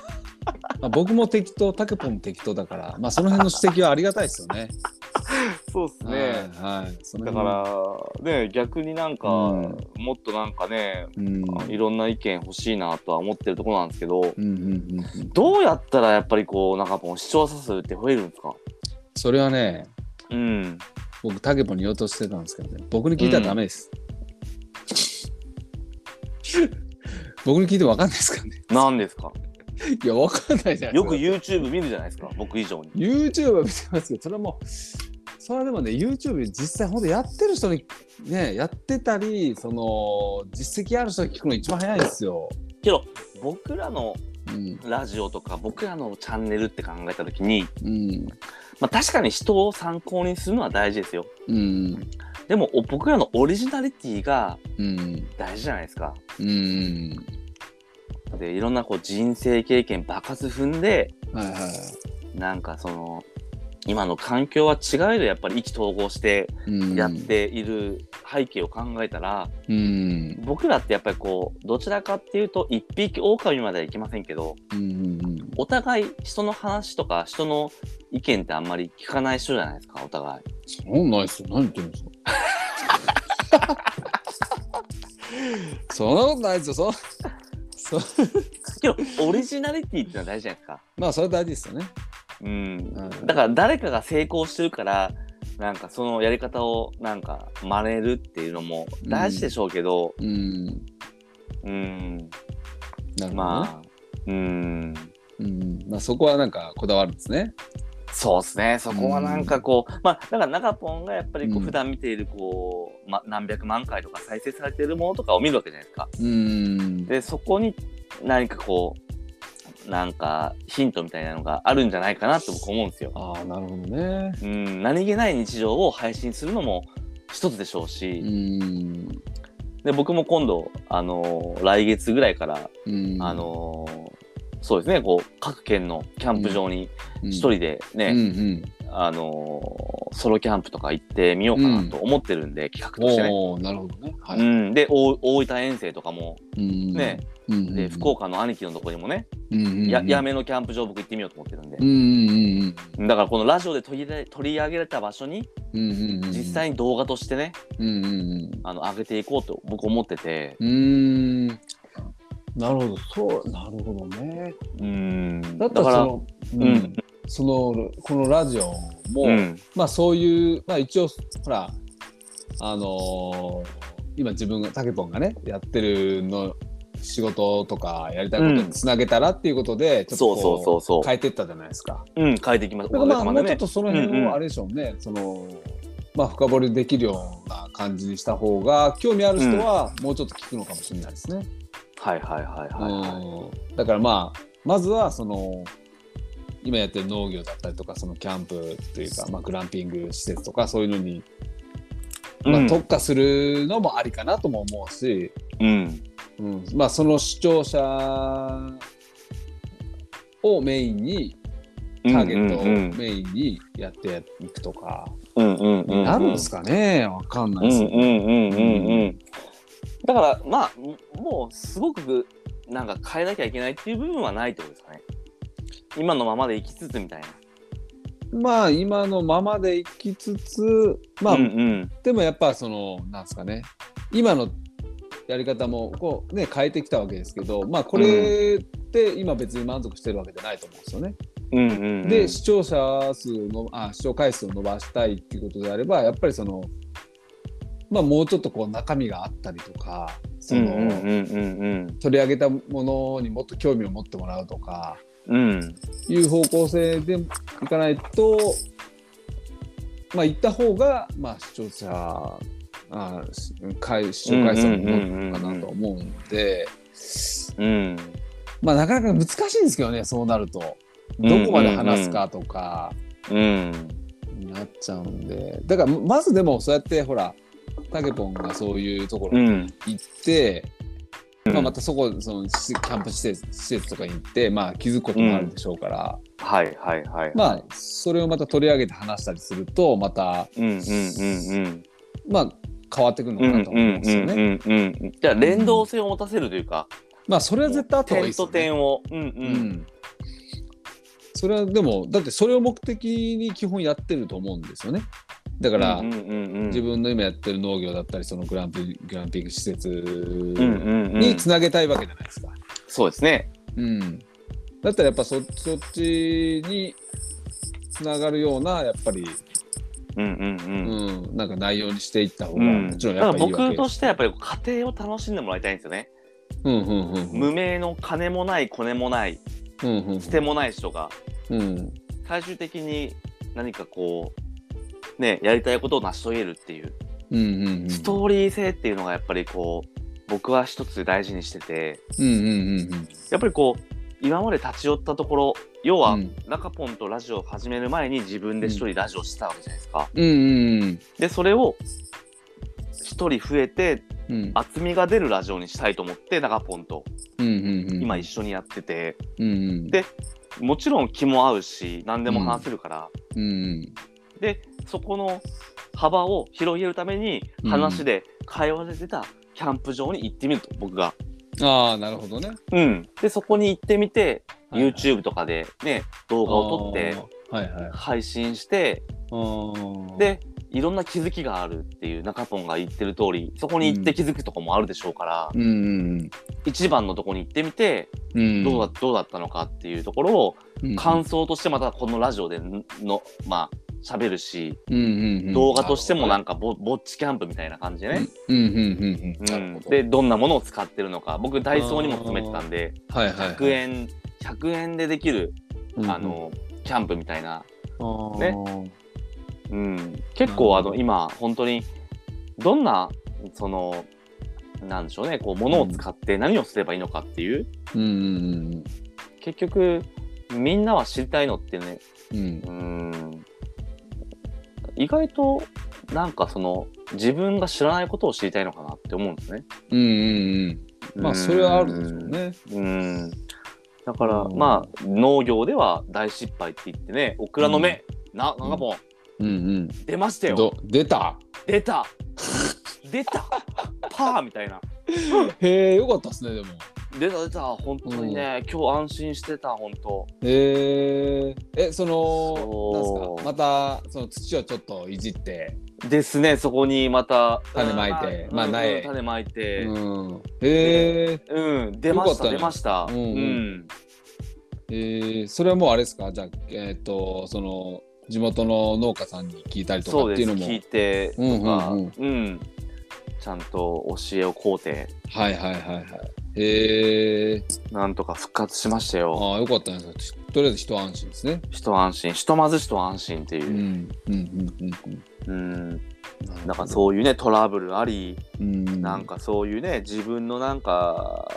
まあ僕も適当、タケポンも適当だから、まあその辺の指摘はありがたいですよね。
(laughs) そうですね、
はいはい。その
だ
辺は、
からね逆になんか、
うん
もっとなんかね
うん。
いろんな意見欲しいなとは思ってるところなんですけど
うんうんうんうん。
どうやったらやっぱりこうなんかこう視聴者数って増えるんですか
それはね、
うん
僕タケポに言おうとしてたんですけどね僕に聞いたらダメです、 (laughs) 僕に聞いても分かんないですからね
なんですか
いや分かんないじゃないですか
よく YouTube 見るじゃないですか僕以上に
YouTube は見てますけどそれはもうそれはでもね YouTube 実際ほんとやってる人にねやってたりその実績ある人に聞くの一番早いですよ、
けど僕らの
うん
ラジオとか僕らのチャンネルって考えた時に、
うん
まあ、確かに人を参考にするのは大事ですよ
うん
でもお僕らのオリジナリティが
うん
大事じゃないですか
うん
でいろんなこう人生経験爆発踏んで
はいは
なんかその今の環境は違えどやっぱり意気投合して
い、うん、
やっている背景を考えたら、
うん
僕らってやっぱりこうどちらかっていうと一匹狼まではいきませんけど
うんうん
お互い人の話とか人の意見ってあんまり聞かない人じゃないですかお互い。
そんなんないっすよ何言ってるんですか (laughs) そんなことないですよそんそう
けどオリジナリティってのは大事じゃないですか。
まあそれは大事ですよね。
うん。
うん
だから誰かが成功してるからなんかそのやり方をなんか真似るっていうのも大事でしょうけど、
うん。
うん、
なるほど、ね。
まあ、うん。
うん。まあそこはなんかこだわるんですね。
そうですね。そこはなんかこう、まあ、だから中ポンがやっぱりこ
う
うん普段見ているこう、ま、何百万回とか再生されているものとかを見るわけじゃないですか。
うん。
で、そこに何かこう、なんかヒントみたいなのがあるんじゃないかなって僕思うんですよ。
ああなるほどね。
うん、何気ない日常を配信するのも一つでしょうし、
うん。
で、僕も今度、あのー来月ぐらいから、
うん。
あのーそうですね、こう、各県のキャンプ場に
うん、
一人でね、
うんうん。
あのーソロキャンプとか行ってみようかなと思ってるんで、企画としてね。
おおなるほどね。は
う
い。
ん、でお大分遠征とかも、
うん
ね。
うんうんうん、
で福岡の兄貴のとこにもね、
うんうんうん、
ややめのキャンプ場僕行ってみようと思ってるんで
う、んうん
だからこのラジオで取り入れ取り上げられた場所に
うんうんうんうん。
実際に動画としてね、
うんうん
あの上げていこうと僕思ってて、
うん。うん。なるほど。そう、なるほどね。
うん、
だ
だ
った
からら、ら
その、う
うん
ん、その、このラジオも、
うん、
まあそういう、まあ一応、ほら、あのー今自分が、タケポンがね、やってるの、仕事とかやりたいことにつなげたらっていうことで、ちょっと
そう
こ
そうそうそう、
変えてったじゃないですか。
うん、変えていきます。
だからまあ、
おかげさ
も
ま
う
で
ちょ
ね
っとその辺
うんう
を
ん
あれでしょうね、その、まあ深掘りできるような感じにした方が、興味ある人はもうちょっと聞くのかもしれないですね。
はいはいはいはいはい、
うんだからまあまずはその今やってる農業だったりとかそのキャンプというか、まあ、グランピング施設とかそういうのに、ま
う
あ、
ん
特化するのもありかなとも思うし、
うん、
うんまあ、その視聴者をメインにターゲット
うんうん
をメインにやっていくとか、
うんうんうんうん
なるんですかねわかんないですけど、
うんうんうんうんうん。だからまあももうすごくなんか変えなきゃいけないっていう部分はないってことですかね。今のままで生きつつみたいな。
まあ今のままでいきつつまあ、
うんうん
でもやっぱそのなんですかね今のやり方もこうね変えてきたわけですけどまあこれって今別に満足してるわけじゃないと思うんですよね。
うんうんうん。
で視聴者数のあ視聴回数を伸ばしたいっていうことであればやっぱりそのまあもうちょっとこう中身があったりとかそ
うん
の、
うんうんうん
取り上げたものにもっと興味を持ってもらうとか
うんうん
いう方向性でいかないとまあ行った方がまあ視聴者あし回視聴回数も伸びるのかなと思うんで
うん
まあなかなか難しいんですけどねそうなるとどこまで話すかとか
うん
になっちゃうんでだからまずでもそうやってほらタケポンがそういうとこ
う
ろに
ん
行って、
うん
まあ、またそこそのしキャンプ施設施設とかに行って、まあ、気づくこともあるでしょうから。
はいはいはい。
まあそれをまた取り上げて話したりするとまた
うんうんうん
まあ変わってくるの
うん。うん
かなと
う
思うん
ん
で
う
すよ
ん
ね。
うんうん。じゃあ連動性を持たせるというか。
まあそれは絶対あった方が
点
いいです
と
よね。
点を。うんう。
うんん。それはでもだってそれを目的に基本やってると思うんですよね。だか、
からうんうんうん。
自分の今やってる農業だったりそのグランピグランピング施設
うんうんう
に
ん。
つなげたいわけじゃないですか。
そうですね。
うん。だったらやっぱそそっちにつながるようなやっぱり、
うんうんうん。
うん、なんか内容にしていった方
う
が
ん、
もちろんやっぱりいい
だ
わ
から僕
けで
と
す
してはやっぱり家庭を楽しんでもらいたいんですよね、
うんうんうんうん
無名の金もないコネもない
うんうん
捨てもない人が
うん
最終的に何かこうねやりたいことを成し遂げるっていう
うんうんうん
ストーリー性っていうのがやっぱりこう僕は一つ大事にしてて
うんうんうん
やっぱりこう今まで立ち寄ったところ要
う
は、
ん
中ポンとラジオを始める前に自分で一人ラジオしてたわけじゃないですか。
うんうん
でそれを一人増えて
うんうん
厚みが出るラジオにしたいと思って中ポンと
うんうんうん
今一緒にやってて、
うんうん
でもちろん気も合うし何でも話せるから、
うん
でそこの幅を広げるために
うん
話で会話で出たキャンプ場に行ってみると僕が。
ああなるほどね
うん、でそこに行ってみて、
はいはい
YouTube とかでね動画を撮って
あーはいはい
配信して
あー
でいろんな気づきがあるっていう中ポンが言ってる通りそこに行って気づくとかもあるでしょうから、
うん
一番のとこに行ってみて
うん
どうだどうだったのかっていうところを
うん
感想としてまたこのラジオでのまあ喋るし
うんうんうん
動画としてもなんかぼぼっちキャンプみたいな感じでね、
うんうんうん
う
うん
ん
なるほど
でどんなものを使ってるのか僕ダイソーにも詰めてたんで
はいはいはい
100円100円でできる
うんうん
あのキャンプみたいな、
あー
うん、結
う
構
ん
あの今本当にどんなそのなんでしょうねこう物を使って何をすればいいのかっていう
うんうん
結局みんなは知りたいのってね
うんうん
うん意外となんかその自分が知らないことを知りたいのかなって思うんですね。
うんうんうんまあそれはあるでしょうね
うんだから、
うん
まあ農業では大失敗って言ってねオクラの芽、ななんかも
うんうん
う出ましたよ、
ど出た
出た出たパーみたいな
へえよかったですねでも
出た出た本当にね、今日安心してた本当
えー、えそ
そう
のなんすかまたその土をちょっといじって
ですねそこにまた
種まいて
うん
まあ苗
うん種まいて、
うんへえ
うん、出ました
よ
出
か
ま
っ
した。
うんうん
うん
えー、それはもうあれですかじゃあえっ、とその地元の農家さんに聞いたりと
そ
か
うで
ってい
す
うのも
聞いてとか、
う
うんん
うん
ちゃんと教えをこうて
はいはいはいはいへえ
なんとか復活しましたよ。
ああよかったねとりあえず一安心ですね
一安心ひとまず一安心って
う
いう、
んうんうんうん
うん、
うん
なんかそういうねトラブルあり
うん
なんかそういうね自分のなんか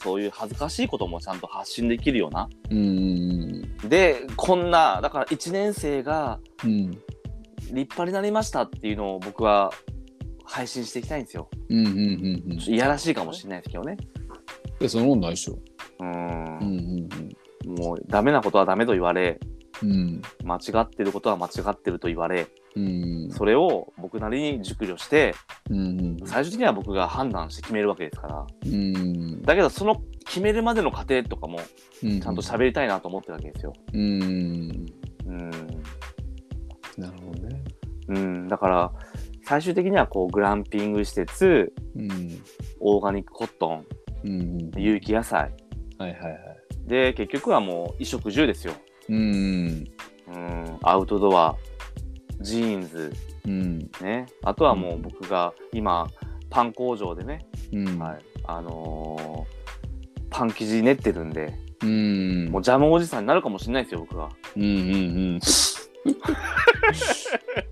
そういう恥ずかしいこともちゃんと発信できるような。
うんうん
でこんなだから1年生が
うん
立派になりましたっていうのを僕は配信していきたいんですよ。
うんうんうんうん
ちょっといやらしいかもしれないですけどね。
えそんなもんないでしょ
う
うん
ん
うん
もうダメなことはダメと言われ
うんうん
間違ってることは間違ってると言われ
うん
それを僕なりに熟慮して
うん
最終的には僕が判断して決めるわけですから
うん
だけどその決めるまでの過程とかも
うん
ちゃんと喋りたいなと思ってるわけですよ。
うん
うん、
なるほどね
うん、だから最終的にはこうグランピング施設
うん
オーガニックコットン
うんうん
有機野菜
はいはいはい
で結局はもう衣食住ですよ。
うん
うん、アウトドアジーンズ
うん
ね、あとはもう僕が今パン工場でね、
うん
はいあのーパン生地練ってるんで
うん
もうジャムおじさんになるかもしれないですよ僕は
うんうん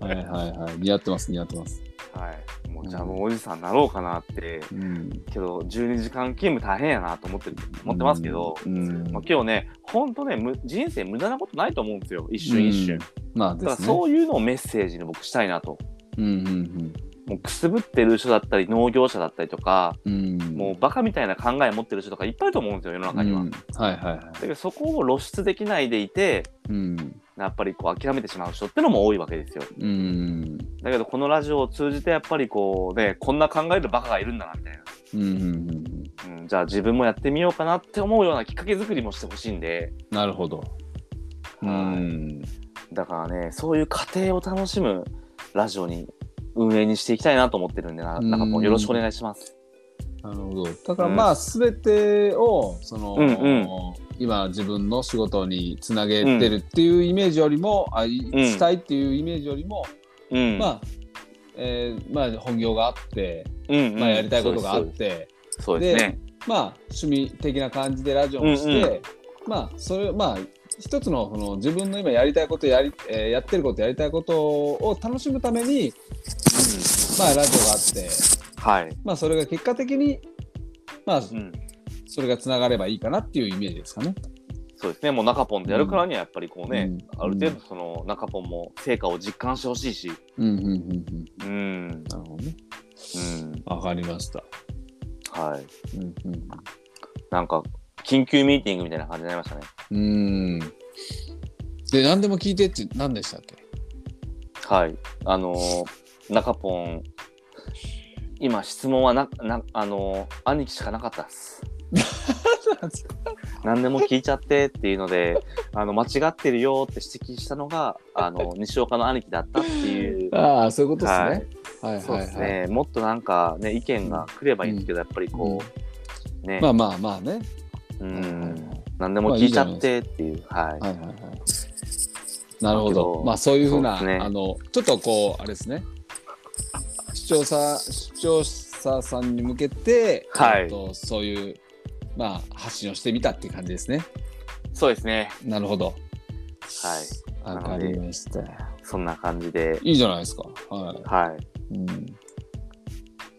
うんはいはいはい似合ってます似合ってます
はいもううんジャムおじさんになろうかなって、
うん
けど12時間勤務大変やなと思ってる思ってますけど、
うん
まあ、今日ねほんとねむ人生無駄なことないと思うんですよ一瞬一瞬、
うんまあ
だ
で
から
すね
そういうのをメッセージに僕したいなと
うん
もうくすぶってる人だったり農業者だったりとか
うんうんうん
もうバカみたいな考え持ってる人とかいっぱいいると思うんですよ世の中には。
うんはいはいは
だけどそこを露出できないでいて
いうん
やっぱりこう諦めてしまう人ってのも多いわけですよ
うん
だけどこのラジオを通じてやっぱりこうねこんな考えるバカがいるんだなみたい
うんうんうん
な、うん、じゃあ自分もやってみようかなって思うようなきっかけ作りもしてほしいんで、
なるほどう
はい
ん
だからねそういう過程を楽しむラジオに運営にしていきたいなと思ってるんでな
うん
なんかもうよろしくお願いします
なるほど。だからまあ全てをその、
うんうん
今自分の仕事につなげてるっていうイメージよりも、あい
うん
したいっていうイメージよりも、
うん
まあ、えーまあ本業があって、
うんうん
まあ、やりたいことがあ
そ
っ
うです
て、
そうですね
まあ趣味的な感じでラジオもして、
うんうん
まあそれまあ一つのその自分の今やりたいことやり、えーやってることやりたいことを楽しむために、まあラジオがあって、
はい、
まあそれが結果的にまあ、
うん、
それがつながればいいかなっていうイメージですかね。
そうですねもう中ポンでやるからにはやっぱりこうね、
うん
ある程度その中ポンも成果を実感してほしいし
うんうんうんうん。
うん
なるほどね。
うん
わかりました。
はい。
うんうん
なんか、緊急ミーティングみたいな感じになりましたね。
うん。うん。で、何でも聞いてって何でしたっけ
はい。あのー、中ポン、
(laughs)
今質問はな、な、あのー兄貴しかなかったっす。何でも聞いちゃってっていうのであの間違ってるよって指摘したのがあの西岡の兄貴だったっていう。
ああ、そういうことですね。
はい
はい
そう
は
で
い
す
はい。
ね、もっとなんかね意見が来ればいいんですけど、やっぱりこう、ね、
まあまあまあね。
う
はいはいはい
ん、何でも聞いちゃってっていう、はい、
はいはいはい。なるほ
だけど
ど。まあそういうふうな
そうですね
あのちょっとこうあれですね。視聴者視聴者さんに向けて、
はい
えっとそういうまあ発信をしてみたっていう感じですね。
そうですね、
なるほど。
はい
わかりました。
そんな感じで、
いいじゃないですか。はい。
はい、
うん。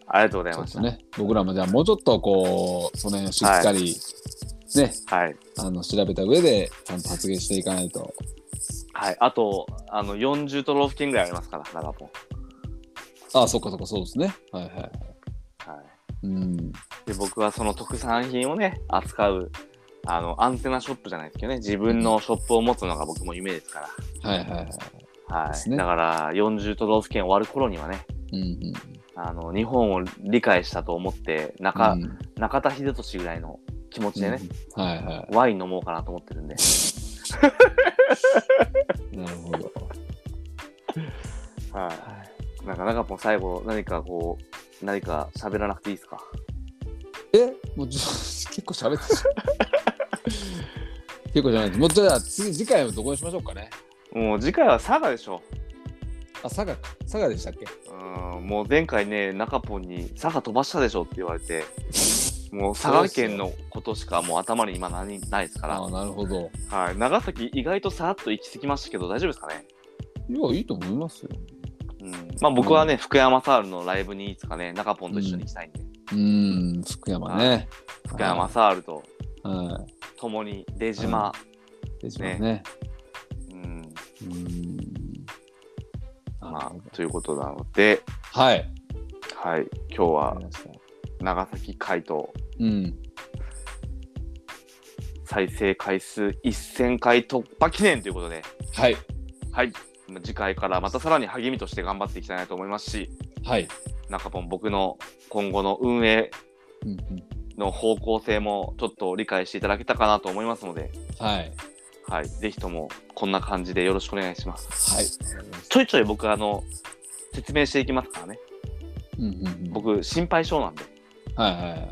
ありがとうござい
ちょ
ま
っ
し
と
た。
ね、僕らもじゃあもうちょっとこう、その辺をしっかり、ね、
はい、
あの、調べた上で、ちゃんと発言していかないと。
はい、あとあの40都道府県ぐらいありますから、ララポン。
ああ、そっかそっか、そうですね。はいはい。
はい
うん。
で僕はその特産品をね扱うあのアンテナショップじゃないですけどね自分のショップを持つのが僕も夢ですか
はいはいはい。
ら、は
で
い
すね
だから40都道府県終わる頃にはね
うん
あの日本を理解したと思って中,、
うん。うん
中田秀俊ぐらいの気持ちでね、
はいは
ワイン飲もうかなと思ってるんで、
い。なるほど。
はい、なんかなんかもう最後何かこう何か喋らなくていいですか
えもうじ (laughs) 結構喋ってた。結構じゃないです。もうじゃあ次、次回はどこにしましょうかね。
もう次回は佐賀でしょ
あ、佐賀か。佐賀でしたっけ
うんもう前回ね、中ポンに佐賀飛ばしたでしょって言われて、もう佐賀県のことしかもう頭に今何ないですか
あ
ら、
あ、なるほど。
はい、長崎、意外とさらっと行き過ぎましたけど、大丈夫ですかね。
いや、いいと思いますよ。
うんまあ、僕はね、福山サールのライブにいつかね、中ポンと一緒に行きたいんで、
うん、福山ね。
福山サールと
は
共に出島、
い。ですよね。
うん
うん。
まあ、ということなので、
はい。
はい、今日
わ
は
かりました
長崎回答
うん。
再生回数1000回突破記念ということで、
はい。
はい。次回からまたさらに励みとして頑張っていきたいなと思いますし、
はい。
中ポン、僕の今後の運営
うんうん。
の方向性もちょっと理解していただけたかなと思いますので、
はい。はい。
はい。ぜひともこんな感じでよろしくお願いします。ちょいちょい僕、あの、説明していきますからね。
うんうんうん。
僕、心配性なんで、
はいはいはい。
はい。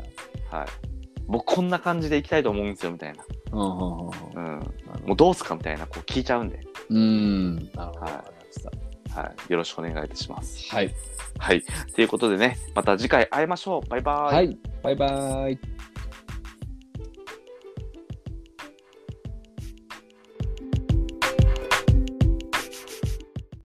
僕、こんな感じでいきたいと思うんですよ、みたいな。
うんうんうん
う
うん
ん。
なるほ
もうどうすかみたいな、こう聞いちゃうんで、
ど。うん。なるほど。
はい
わかりました
はい。よろしくお願いいたします。
はい。
はい。ということでね、また次回会いましょう。バイバイ。
はい。バイバイ。